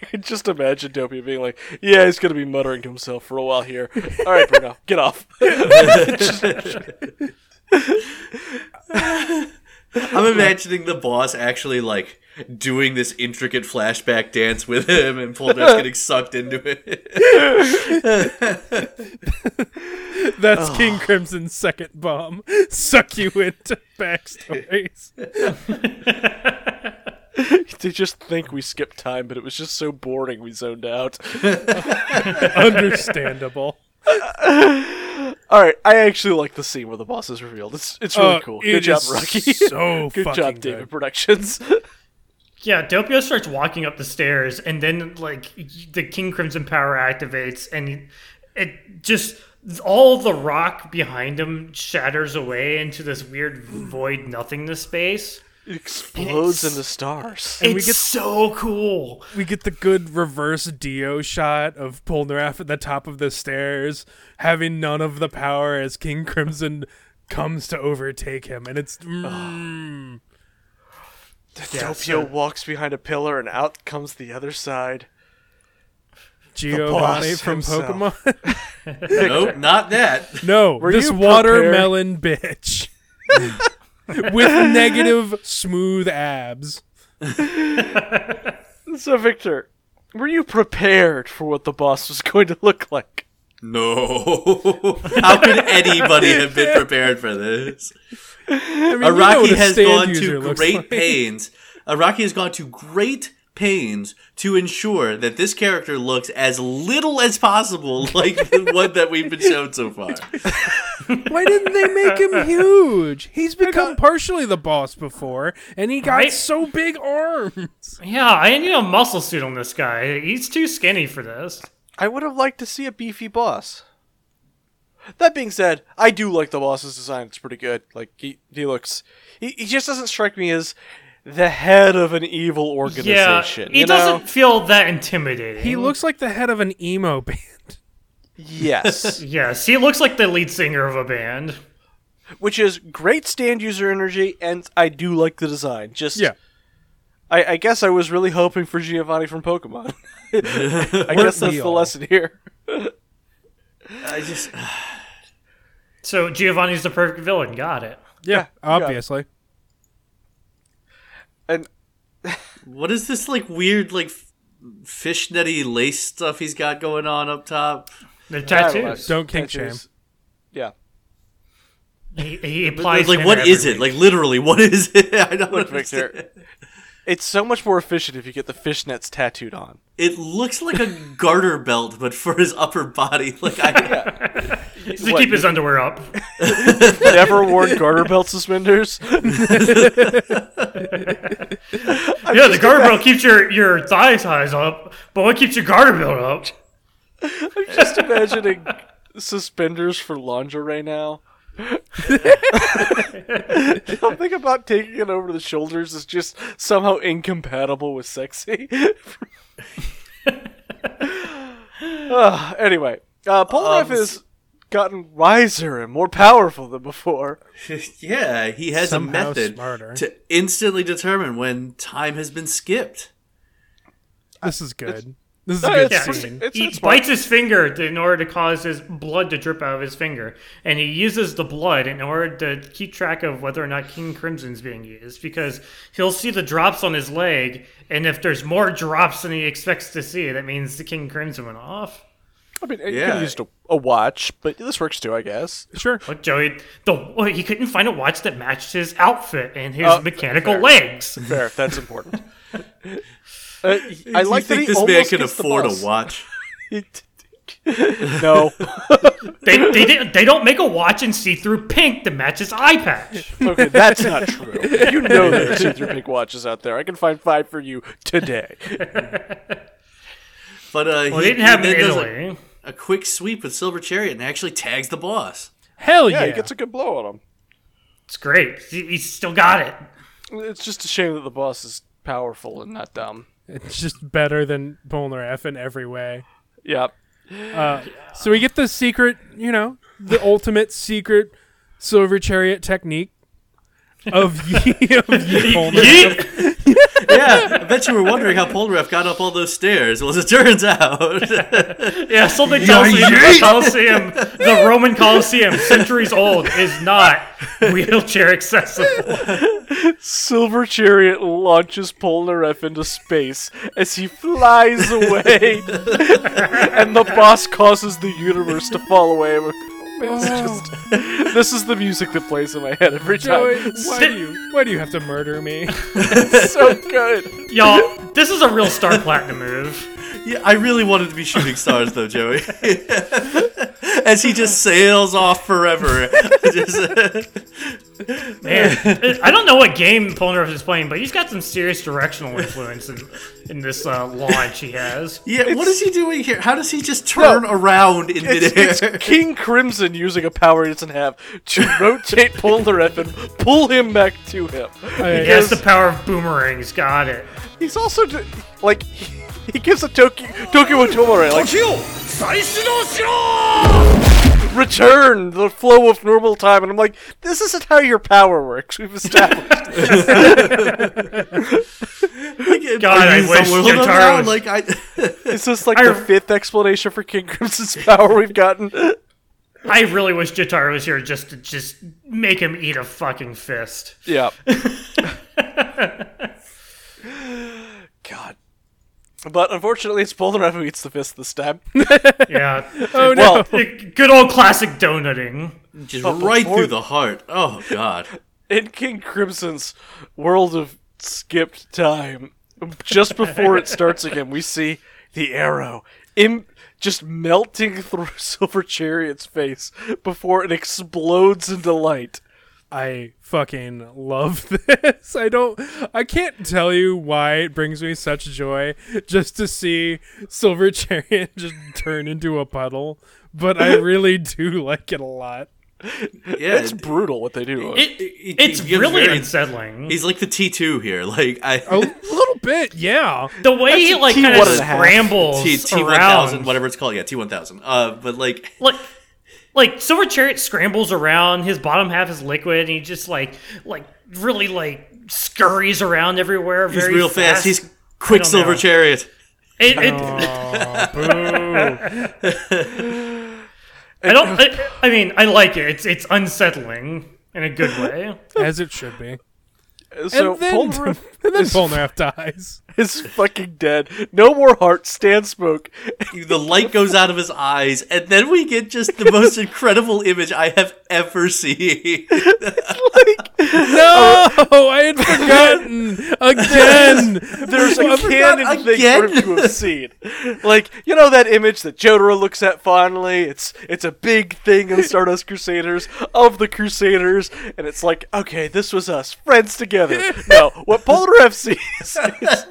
S2: can just imagine Dopey being like, "Yeah, he's gonna be muttering to himself for a while here." All right, Bruno, get off.
S5: I'm imagining the boss actually like doing this intricate flashback dance with him, and Poldar's getting sucked into it.
S4: That's King Crimson's second bomb. Suck you into backstories.
S2: they just think we skipped time, but it was just so boring we zoned out.
S4: Understandable.
S2: All right, I actually like the scene where the boss is revealed. It's it's really
S4: Oh,
S2: cool.
S4: it
S2: Good job,
S4: is
S2: Rocky.
S4: So
S2: Good
S4: fucking
S2: job, David Productions.
S3: Yeah, Dopio starts walking up the stairs, and then like the King Crimson power activates, and it just all the rock behind him shatters away into this weird void nothingness space.
S2: it explodes into stars.
S3: It's so cool.
S4: We get the good reverse Dio shot of Polnareff at the top of the stairs, having none of the power as King Crimson comes to overtake him, and it's mm,
S2: Dopio walks behind a pillar, and out comes the other side.
S4: Giovanni
S2: boss
S4: from
S2: himself.
S4: Pokemon.
S5: nope, not that.
S4: No, this
S2: you
S4: watermelon bitch with negative smooth abs.
S2: So, Victor, were you prepared for what the boss was going to look like?
S5: No, how could anybody have been prepared for this?
S4: I mean, you know
S5: Iraqi
S4: what a
S5: has
S4: stand
S5: gone
S4: user
S5: to
S4: looks
S5: great
S4: like.
S5: pains. Iraqi has gone to great pains to ensure that this character looks as little as possible like the one that we've been shown so far.
S4: Why didn't they make him huge? He's become partially the boss before, and he got
S3: Right?
S4: so big arms.
S3: Yeah, I need a muscle suit on this guy. He's too skinny for this.
S2: I would have liked to see a beefy boss. That being said, I do like the boss's design. It's pretty good. Like he, he looks, he, he just doesn't strike me as the head of an evil
S3: Yeah,
S2: organization.
S3: he
S2: you know?
S3: doesn't feel that intimidating.
S4: He looks like the head of an emo band.
S2: Yes,
S3: Yes, he looks like the lead singer of a band.
S2: which is great stand user energy, and I do like the design. Just I, I guess I was really hoping for Giovanni from Pokemon. I guess that's
S4: we
S2: the
S4: all?
S2: lesson here.
S5: I just
S3: So Giovanni's the perfect villain. Got it.
S4: yeah,
S2: got it.
S4: obviously.
S2: And
S5: what is this like weird like f- fishnetty lace stuff he's got going on up top?
S3: The
S2: I don't know.
S3: tattoos.
S4: Don't kink
S2: Tattoos.
S4: shame.
S2: Yeah.
S3: He, he applies.
S5: Like
S3: them
S5: what
S3: every
S5: is it?
S3: week.
S5: Like literally, what is it? I don't understand.
S2: Victor. It's so much more efficient if you get the fishnets tattooed on.
S5: It looks like a garter belt, but for his upper body. Like I,
S3: Just to
S2: what,
S3: keep his underwear up.
S2: Never worn garter belt suspenders.
S3: yeah, the garter belt keeps your your thigh size up, but what keeps your garter belt up?
S2: Just imagining suspenders for lingerie now. Something about taking it over the shoulders is just somehow incompatible with sexy. Ugh, anyway, uh, Polnareff has gotten wiser and more powerful than before.
S5: yeah, he has
S4: Somehow
S5: a method
S4: smarter.
S5: to instantly determine when time has been skipped.
S4: This is good. This is a good
S2: it's-
S4: scene.
S2: it's-
S3: he
S2: it's fine.
S3: bites his finger to- in order to cause his blood to drip out of his finger, and he uses the blood in order to keep track of whether or not King Crimson's being used because he'll see the drops on his leg, and if there's more drops than he expects to see, that means the King Crimson went off.
S2: I mean, you could
S5: Yeah.
S2: have used a, a watch, but this works too, I guess.
S4: Sure.
S3: But Joey, the oh, he couldn't find a watch that matched his outfit and his
S2: Uh,
S3: mechanical
S2: fair.
S3: legs.
S2: Fair, that's important. Uh, I
S5: Do
S2: like that
S5: you think
S2: he
S5: this man
S2: almost
S5: can
S2: gets the
S5: afford
S2: bus.
S5: a watch.
S2: He t- no.
S3: They, they, didn't- they don't make a watch in see-through pink to match his eye patch.
S2: Okay, that's not true. You know there are see-through pink watches out there. I can find five for you today.
S5: But uh,
S3: Well,
S5: he,
S3: they didn't have
S5: he
S3: them in
S5: then does a-
S3: Italy.
S5: A, quick sweep with Silver Chariot and actually tags the boss.
S4: Hell
S2: Yeah,
S4: yeah.
S2: he gets a good blow on him.
S3: It's great. He, he's still got it.
S2: It's just a shame that the boss is powerful and not dumb.
S4: it's just better than Polnar F in every way.
S2: Yep.
S4: So we get the secret, you know, the ultimate secret silver chariot technique of ye, of ye Polnar.
S3: Yeet!
S5: Yeah, I bet you were wondering how Polnareff got up all those stairs. Well, as it turns out,
S3: Yeah, something tells me the Colosseum, the Roman Colosseum, centuries old, is not wheelchair accessible.
S2: Silver Chariot launches Polnareff into space as he flies away, and the boss causes the universe to fall away. It's just- this is the music that plays in my head every
S4: Joey,
S2: time.
S4: why do you why do you have to murder me?
S2: It's so good.
S3: Y'all, this is a real Star Platinum move.
S5: yeah, I really wanted to be shooting stars though, Joey. as he just sails off forever. Just-
S3: Man, I don't know what game Polnareff is playing, but he's got some serious directional influence in, in this uh, launch he has.
S5: yeah, what is he doing here? How does he just turn around in midair?
S2: It's, it's King Crimson using a power he doesn't have to rotate Polnareff and pull him back to him.
S3: He
S4: I,
S3: has the power of boomerangs, got it.
S2: He's also d- like he, he gives a Tokyo Tokyo Tomare like return the flow of normal time, and I'm like, this isn't how your power works. We've established.
S3: God, I
S5: He's
S3: wish
S5: somewhere- Hold on,
S3: Jotaro
S5: now,
S3: was-
S5: like I.
S2: Is this like
S3: I-
S2: the fifth explanation for King Crimson's power we've gotten?
S3: I really wish Jotaro was here just to just make him eat a fucking fist.
S2: yeah. God. But unfortunately, it's Polnareff who eats the fist this time.
S3: Yeah.
S4: oh no.
S2: Well,
S3: Good old classic donutting.
S5: Just
S2: But
S5: right
S2: before-
S5: through the heart. Oh God!
S2: in King Crimson's world of skipped time, just before it starts again, we see the arrow im- just melting through Silver Chariot's face before it explodes into light.
S4: I fucking love this. I don't I can't tell you why it brings me such joy just to see Silver Chariot just turn into a puddle, but I really do like it a lot.
S5: Yeah,
S2: It's brutal what they do.
S3: It,
S5: it
S3: it's
S5: gives
S3: really
S5: very-
S3: unsettling.
S5: he's like the T two here. Like I.
S3: Oh,
S4: A little bit, yeah.
S3: the way he like kind of
S2: T1 and a half.
S3: scrambles
S5: T T one thousand,
S3: around,
S5: whatever it's called. Yeah, T one thousand. Uh, but like
S3: like like Silver Chariot scrambles around. His bottom half is liquid, and he just like like really like scurries around everywhere.
S5: he's
S3: very
S5: real fast. He's Quicksilver
S3: know.
S5: Chariot.
S3: It, it, I don't. I, I mean, I like it. It's it's unsettling in a good way.
S4: As it should be.
S2: Uh, so
S4: and then,
S2: Polnareff
S4: and then
S2: is-
S4: Polnareff dies.
S2: is fucking dead. No more heart, stand smoke.
S5: The light goes out of his eyes, and then we get just the most incredible image I have ever seen.
S4: No, Oh, I had forgotten again.
S2: There's a canon thing for
S5: again?
S2: him to have seen. Like, you know that image that Jotaro looks at fondly? It's it's a big thing in Stardust Crusaders, of the Crusaders, and it's like, okay, this was us, friends together. No, what Polnareff sees is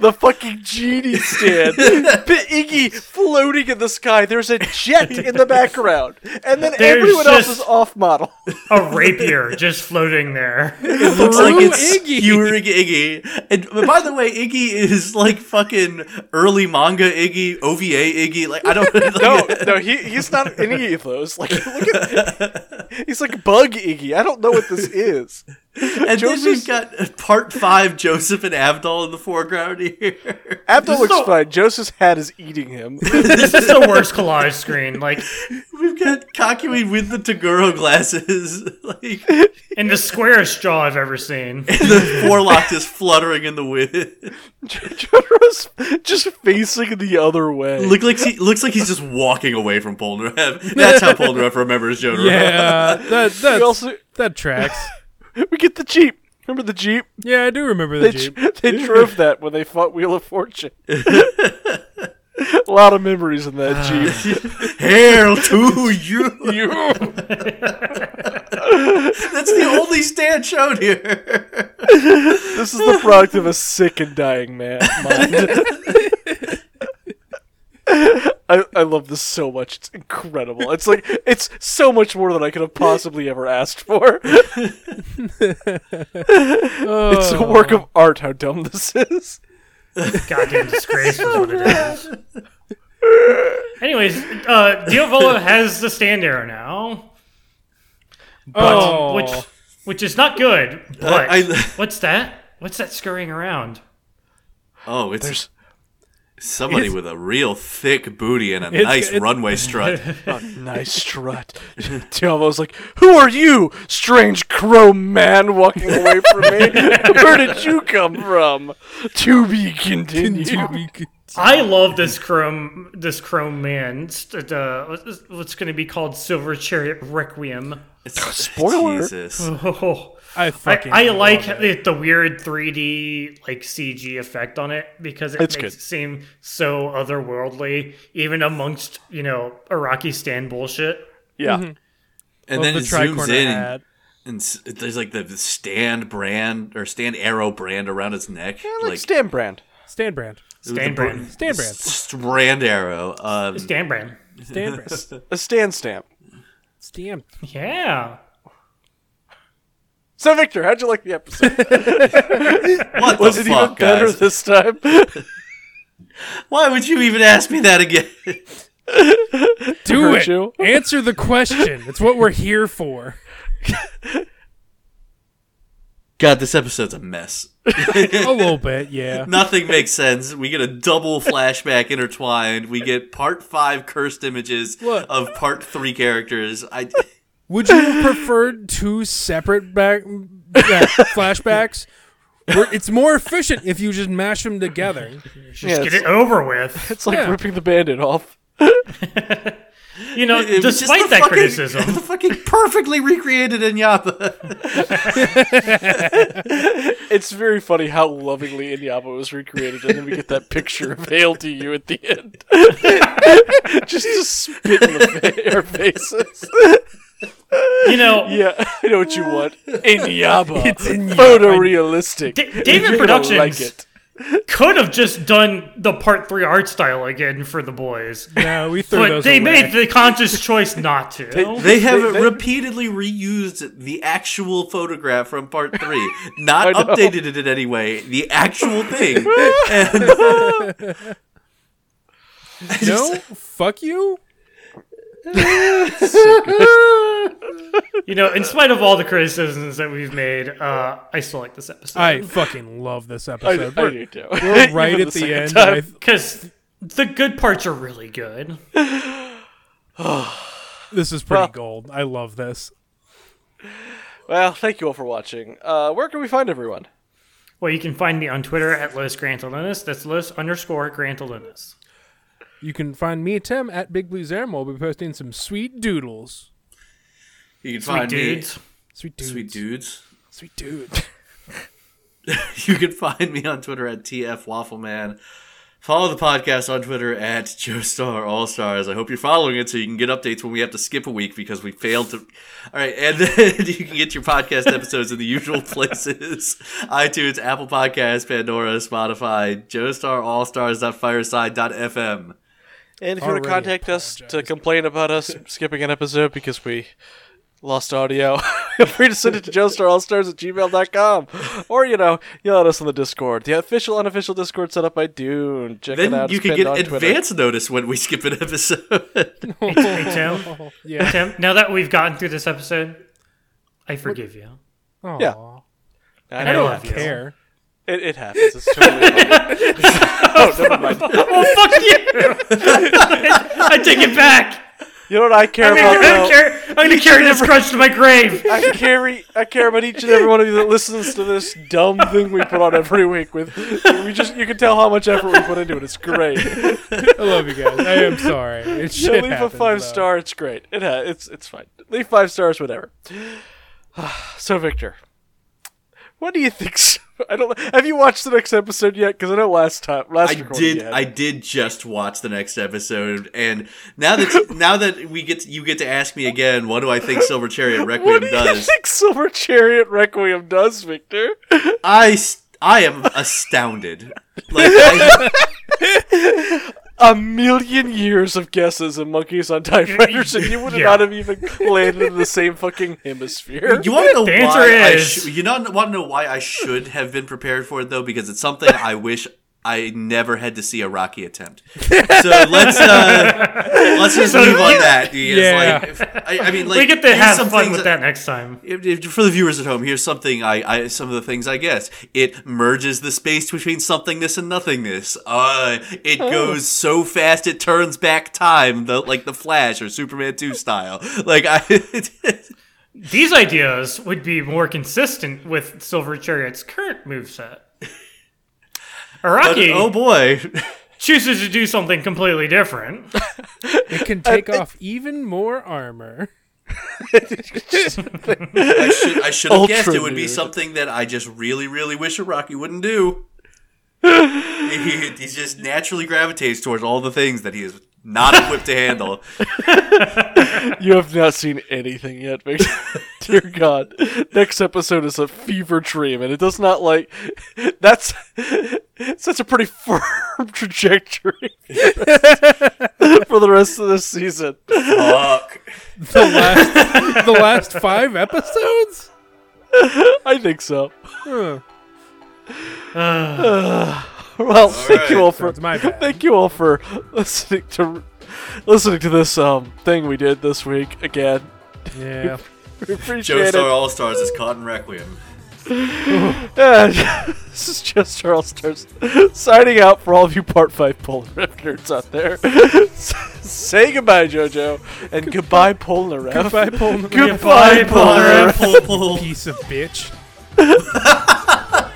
S2: the fucking genie stand, P- Iggy floating in the sky, there's a jet in the background, and then
S3: There's
S2: everyone else is
S3: just-
S2: off model.
S3: A rapier just floating there.
S5: It looks like
S4: Through
S5: it's
S4: Iggy.
S5: skewering Iggy. And but by the way, Iggy is like fucking early manga Iggy, OVA Iggy. Like I don't like,
S2: No, Oh, no, he he's not any of those. Like, look at he's like bug Iggy. I don't know what this is.
S5: And then we've
S2: Joseph's-
S5: got uh, part five Joseph and Abdul in the foreground here.
S2: Abdul looks
S3: so-
S2: fine. Joseph's hat is eating him.
S3: This is the worst collage screen. Like,
S5: We've got Kakui with the Toguro glasses. like
S3: and the squarest jaw I've ever seen.
S5: the forelock just fluttering in the wind.
S2: Jotaro's just facing the other way.
S5: Look like he looks like he's just walking away from Polnareff. That's how Polnareff remembers Jotaro.
S4: Yeah, that that's,
S2: also-
S4: that tracks.
S2: we get the jeep. Remember the jeep?
S4: Yeah, I do remember the
S2: They,
S4: Jeep.
S2: dr- they drove that when they fought Wheel of Fortune. A lot of memories in that jeep.
S5: Hail to you.
S2: You.
S5: That's the only stand shown here.
S2: This is the product of a sick and dying man. Mind. I, I love this so much. It's incredible. It's like it's so much more than I could have possibly ever asked for.
S4: Oh.
S2: It's a work of art. How dumb this is.
S3: Goddamn disgrace is what it is. Anyways, uh, Diavolo has the stand arrow now,
S4: oh,
S3: which which is not good. But
S5: I-
S3: what's that? What's that scurrying around?
S5: Oh, it's somebody with a real thick booty and a
S4: It's-
S5: nice
S4: it's-
S5: runway strut.
S2: Nice strut. Diablo's like, "Who are you, strange crow man walking away from me? Where did you come from?" To be continued.
S3: I love this chrome this chrome man. St- uh, what's- what's going to be called Silver Chariot Requiem?
S5: It's-
S2: Spoiler.
S5: Jesus.
S3: Oh,
S4: I
S3: I,
S4: fucking
S3: I
S4: love
S3: like
S4: it.
S3: it, the weird 3D like CG effect on it because it
S2: It's
S3: makes
S2: good.
S3: it seem so otherworldly, even amongst you know Iraqi stand bullshit.
S2: Yeah.
S5: And then
S4: Love the
S5: it zooms
S4: tricorner
S5: in, and,
S4: hat.
S5: and s- there's like the stand brand or stand arrow brand around its neck,
S2: like, Stan Brand.
S4: Stan Brand.
S3: Stan Brand,
S4: Stan Brand.
S5: Strand arrow. Um,
S3: Stan Brand,
S4: Stan Brand.
S2: A Stan stamp.
S4: Stan.
S3: yeah.
S2: So Victor, how'd you like the episode?
S5: what
S2: Was
S5: the
S2: it even
S5: fuck,
S2: better
S5: guys?
S2: this time?
S5: Why would you even ask me that again?
S4: Do
S2: Hurt
S4: it.
S2: you?
S4: Answer the question. It's what we're here for.
S5: God, this episode's a mess.
S4: A little bit, yeah.
S5: Nothing makes sense. We get a double flashback intertwined. We get part five cursed images
S4: Look.
S5: of part three characters. I
S4: Would you have preferred two separate back uh, flashbacks? Where it's more efficient if you just mash them together.
S2: Yeah,
S3: Just get
S2: it's-
S3: it over with.
S2: It's like
S4: Yeah.
S2: ripping the bandit off.
S3: You know,
S5: it was just
S3: despite
S5: the
S3: that
S5: fucking-
S3: criticism,
S5: the fucking perfectly recreated Inyaba.
S2: It's very funny how lovingly Inyaba was recreated, and then we get that picture of Hail to You at the end. just to spit in the fa- our faces.
S3: you know,
S2: Yeah, I know what you want. Inyaba.
S4: It's in
S2: Photorealistic.
S3: D- David
S2: You're gonna like
S3: Productions.
S2: it.
S3: could have just done the part three art style again for the boys,
S4: No, we threw
S3: but
S4: those
S3: they
S4: away.
S3: made the conscious choice not to.
S5: They have
S2: they-
S5: repeatedly reused the actual photograph from part three, not
S2: I know.
S5: updated it in any way. The actual thing. And- I just-
S4: no, fuck you.
S3: You know, in spite of all the criticisms that we've made, uh, I still like this
S4: I
S3: episode
S4: fucking love this
S2: I,
S4: episode.
S2: I do
S4: We're-
S2: too.
S4: we're right
S2: Even
S4: at the,
S2: second
S4: end.
S2: time.
S4: I,
S3: because the good parts are really good.
S4: this is pretty gold. I love this.
S2: Well, thank you all for watching. Uh, where can we find everyone?
S3: Well, you can find me on Twitter at Lois Grantalinis. That's Lois underscore Grantalinis.
S4: You can find me, Tim, at Big Blue Zerum. We'll be posting some sweet doodles.
S5: you can
S3: Sweet
S5: find
S3: dudes.
S4: Sweet
S5: me,
S4: dudes.
S5: sweet dudes.
S4: Sweet dude.
S5: You can find me on Twitter at TF Waffleman. Follow the podcast on Twitter at Joestar All Stars. I hope you're following it so you can get updates when we have to skip a week because we failed to. All right, and then you can get your podcast episodes in the usual places: iTunes, Apple Podcasts, Pandora, Spotify, JoestarAllStars.fireside.fm.
S2: And if you want to
S4: Already
S2: contact us to complain about us skipping an episode because we lost audio, feel free to send it to joestarallstars at gmail.com. Or, you know, yell at us on the Discord. The official, unofficial Discord set up by Dune. Check it
S5: Then
S2: out.
S5: you
S2: It's
S5: can
S2: pinned
S5: get
S2: on Twitter.
S5: advance notice when we skip an episode.
S3: Hey, Tim.
S4: Yeah.
S3: Tim, now that we've gotten through this episode, I forgive you.
S4: Aw.
S2: Yeah. I
S4: I
S2: know
S4: don't
S3: love you.
S4: care.
S2: it, it happens. It's totally fine. oh, never mind.
S3: Well, fuck you! I take it back.
S2: You know what I care
S3: I'm
S2: about?
S3: gonna,
S2: though?
S3: carry, I'm gonna carry this crutch to my grave.
S2: I carry I care about each and every one of you that listens to this dumb thing we put on every week with we just you can tell how much effort we put into it. It's great. You
S4: I love you guys. I am sorry. It shit
S2: leave
S4: happens,
S2: a five
S4: though.
S2: star, it's great. It ha- it's it's fine. Leave five stars, whatever. so Victor. What do you think? So- I don't have you watched the next episode yet? Because I know last time last
S5: I
S2: recording
S5: did.
S2: you had.
S5: I did just watch the next episode, and now that now that we get to, you get to ask me again, what do I think Silver Chariot
S2: what
S5: Requiem
S2: do you
S5: does?
S2: think Silver Chariot Requiem does, Victor?
S5: I s- I am astounded. Like I,
S2: a million years of guesses and monkeys on typewriters, and you would
S3: Yeah.
S2: not have even landed in the same fucking hemisphere.
S5: you want to know
S3: The
S5: why?
S3: answer
S5: I
S3: is-
S5: sh- you not want to know why I should have been prepared for it though, because it's something I wish I never had to see a Rocky attempt. So let's uh, let's just move on that. because,
S4: Yeah.
S5: like, I, I mean, like
S3: we get to
S5: here's
S3: have
S5: some
S3: fun
S5: things
S3: with that next time.
S5: If- if- for the viewers at home, here's something I, I some of the things I guess. It merges the space between somethingness and nothingness. Uh, it goes so fast it turns back time, the, like the Flash or Superman two style. Like I,
S3: These ideas would be more consistent with Silver Chariot's current moveset.
S5: but,
S3: Araki
S5: oh boy,
S3: chooses to do something completely different.
S4: It can take off even more armor.
S5: I should I should have
S2: Ultra
S5: guessed it would be
S2: weird.
S5: something that I just really really wish Rocky wouldn't do. he, he he just naturally gravitates towards all the things that he is not equipped to handle.
S2: You have not seen anything yet, Victor. Dear God, next episode is a fever dream, and it does not like. That's such a pretty firm trajectory for the rest of this season.
S5: Fuck.
S4: The last, the last five episodes.
S2: I think so.
S4: Huh.
S2: Well, thank you
S5: right.
S2: all for
S4: That's my bad.
S2: thank you all for listening to listening to this um thing we did this week again.
S4: Yeah.
S2: We appreciate
S5: Joe
S2: it.
S5: Star All Stars is caught in Requiem.
S2: Yeah, this is just Charles Stars signing out for all of you Part 5 Polar Rev nerds out there. Say goodbye, JoJo, and goodbye, Polar Rev.
S4: Goodbye, Polar Rev.
S2: Goodbye,
S3: Goodbye,
S2: Polar
S3: Polar
S2: Rev.
S3: Rev.
S5: Pull, pull.
S4: Piece of bitch. I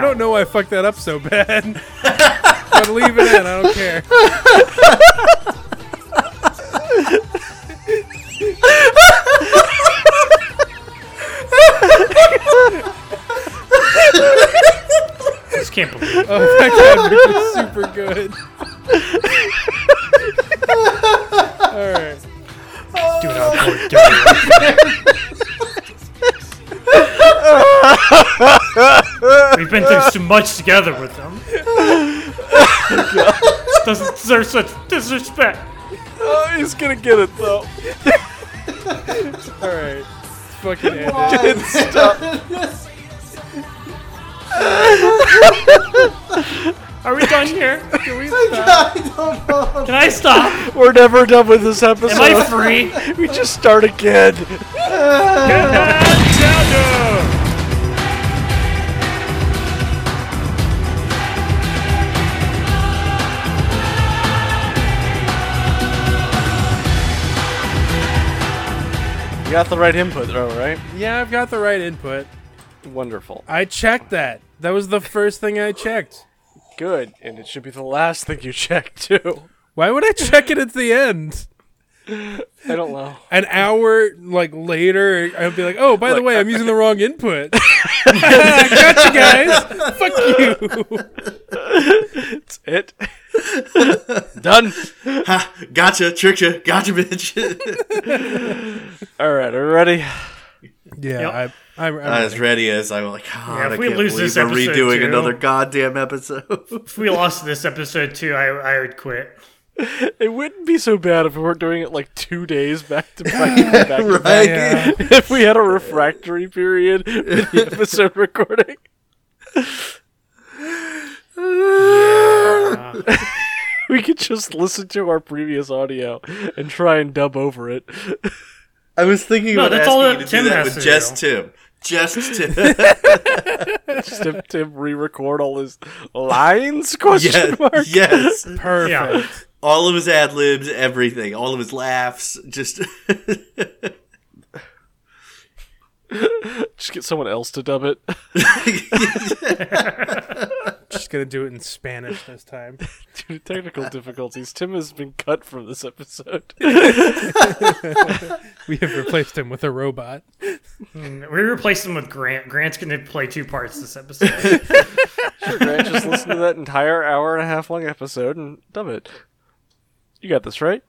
S4: don't know why I fucked that up so bad. but leave it in. I don't care.
S3: I just can't believe it.
S4: Oh my god, this is super good. All right.
S3: Do not go down. We've been through so much together with them. Doesn't deserve such disrespect.
S2: Oh, he's gonna get it, though.
S4: All right. Fucking end it.
S3: Are we done here? Can we stop? Can I stop?
S2: We're never done with this
S3: Am I
S2: episode.
S3: free?
S2: we just start again. You got the right input, though, right?
S4: Yeah, I've got the right input.
S2: Wonderful.
S4: I checked that. That was the first thing I checked.
S2: Good. And it should be the last thing you check, too.
S4: Why would I check it at the end?
S2: I don't know.
S4: An hour like later, I'd be like, "Oh, by the way, I'm using the wrong input." gotcha, guys. Fuck you.
S2: That's it. Done.
S5: Gotcha, tricked you, gotcha, bitch.
S2: All right, are we ready?
S4: Yeah,
S3: Yep.
S4: I, I'm, I'm
S5: as ready as I'm like, God,
S3: Yeah, if
S5: I
S3: we
S5: can't
S3: lose
S5: believe
S3: this
S5: we're
S3: episode,
S5: redoing
S3: too.
S5: another goddamn episode.
S3: If we lost this episode too, I, I would quit.
S2: It wouldn't be so bad if we weren't doing it like two days back to back. To back, to back.
S5: right?
S4: Yeah.
S2: If we had a refractory period in the episode recording. we could just listen to our previous audio and try and dub over it.
S5: I was thinking
S3: No,
S5: about
S3: that's
S5: asking
S3: all
S5: you
S3: that
S5: to
S3: Tim
S5: do that
S3: has
S5: with
S3: to
S5: just Tim. Just to
S2: Just to, to re-record all his lines? Question
S5: yes,
S2: mark.
S5: yes,
S4: Perfect.
S3: Yeah.
S5: all of his ad libs, everything, all of his laughs, just
S2: Just get someone else to dub it.
S4: Just gonna do it in Spanish this time.
S2: Due to technical difficulties, Tim has been cut from this episode.
S4: We have replaced him with a robot.
S3: We replaced him with Grant. Grant's going to play two parts this episode.
S2: Grant, just listen to that entire hour and a half long episode and dub it. You got this right.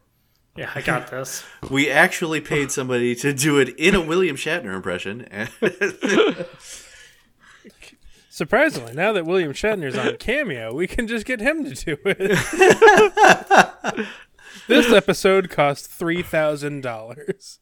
S3: yeah, I got this.
S5: we actually paid somebody to do it in a William Shatner impression.
S4: Surprisingly, now that William Shatner's on Cameo, we can just get him to do it. this episode cost three thousand dollars.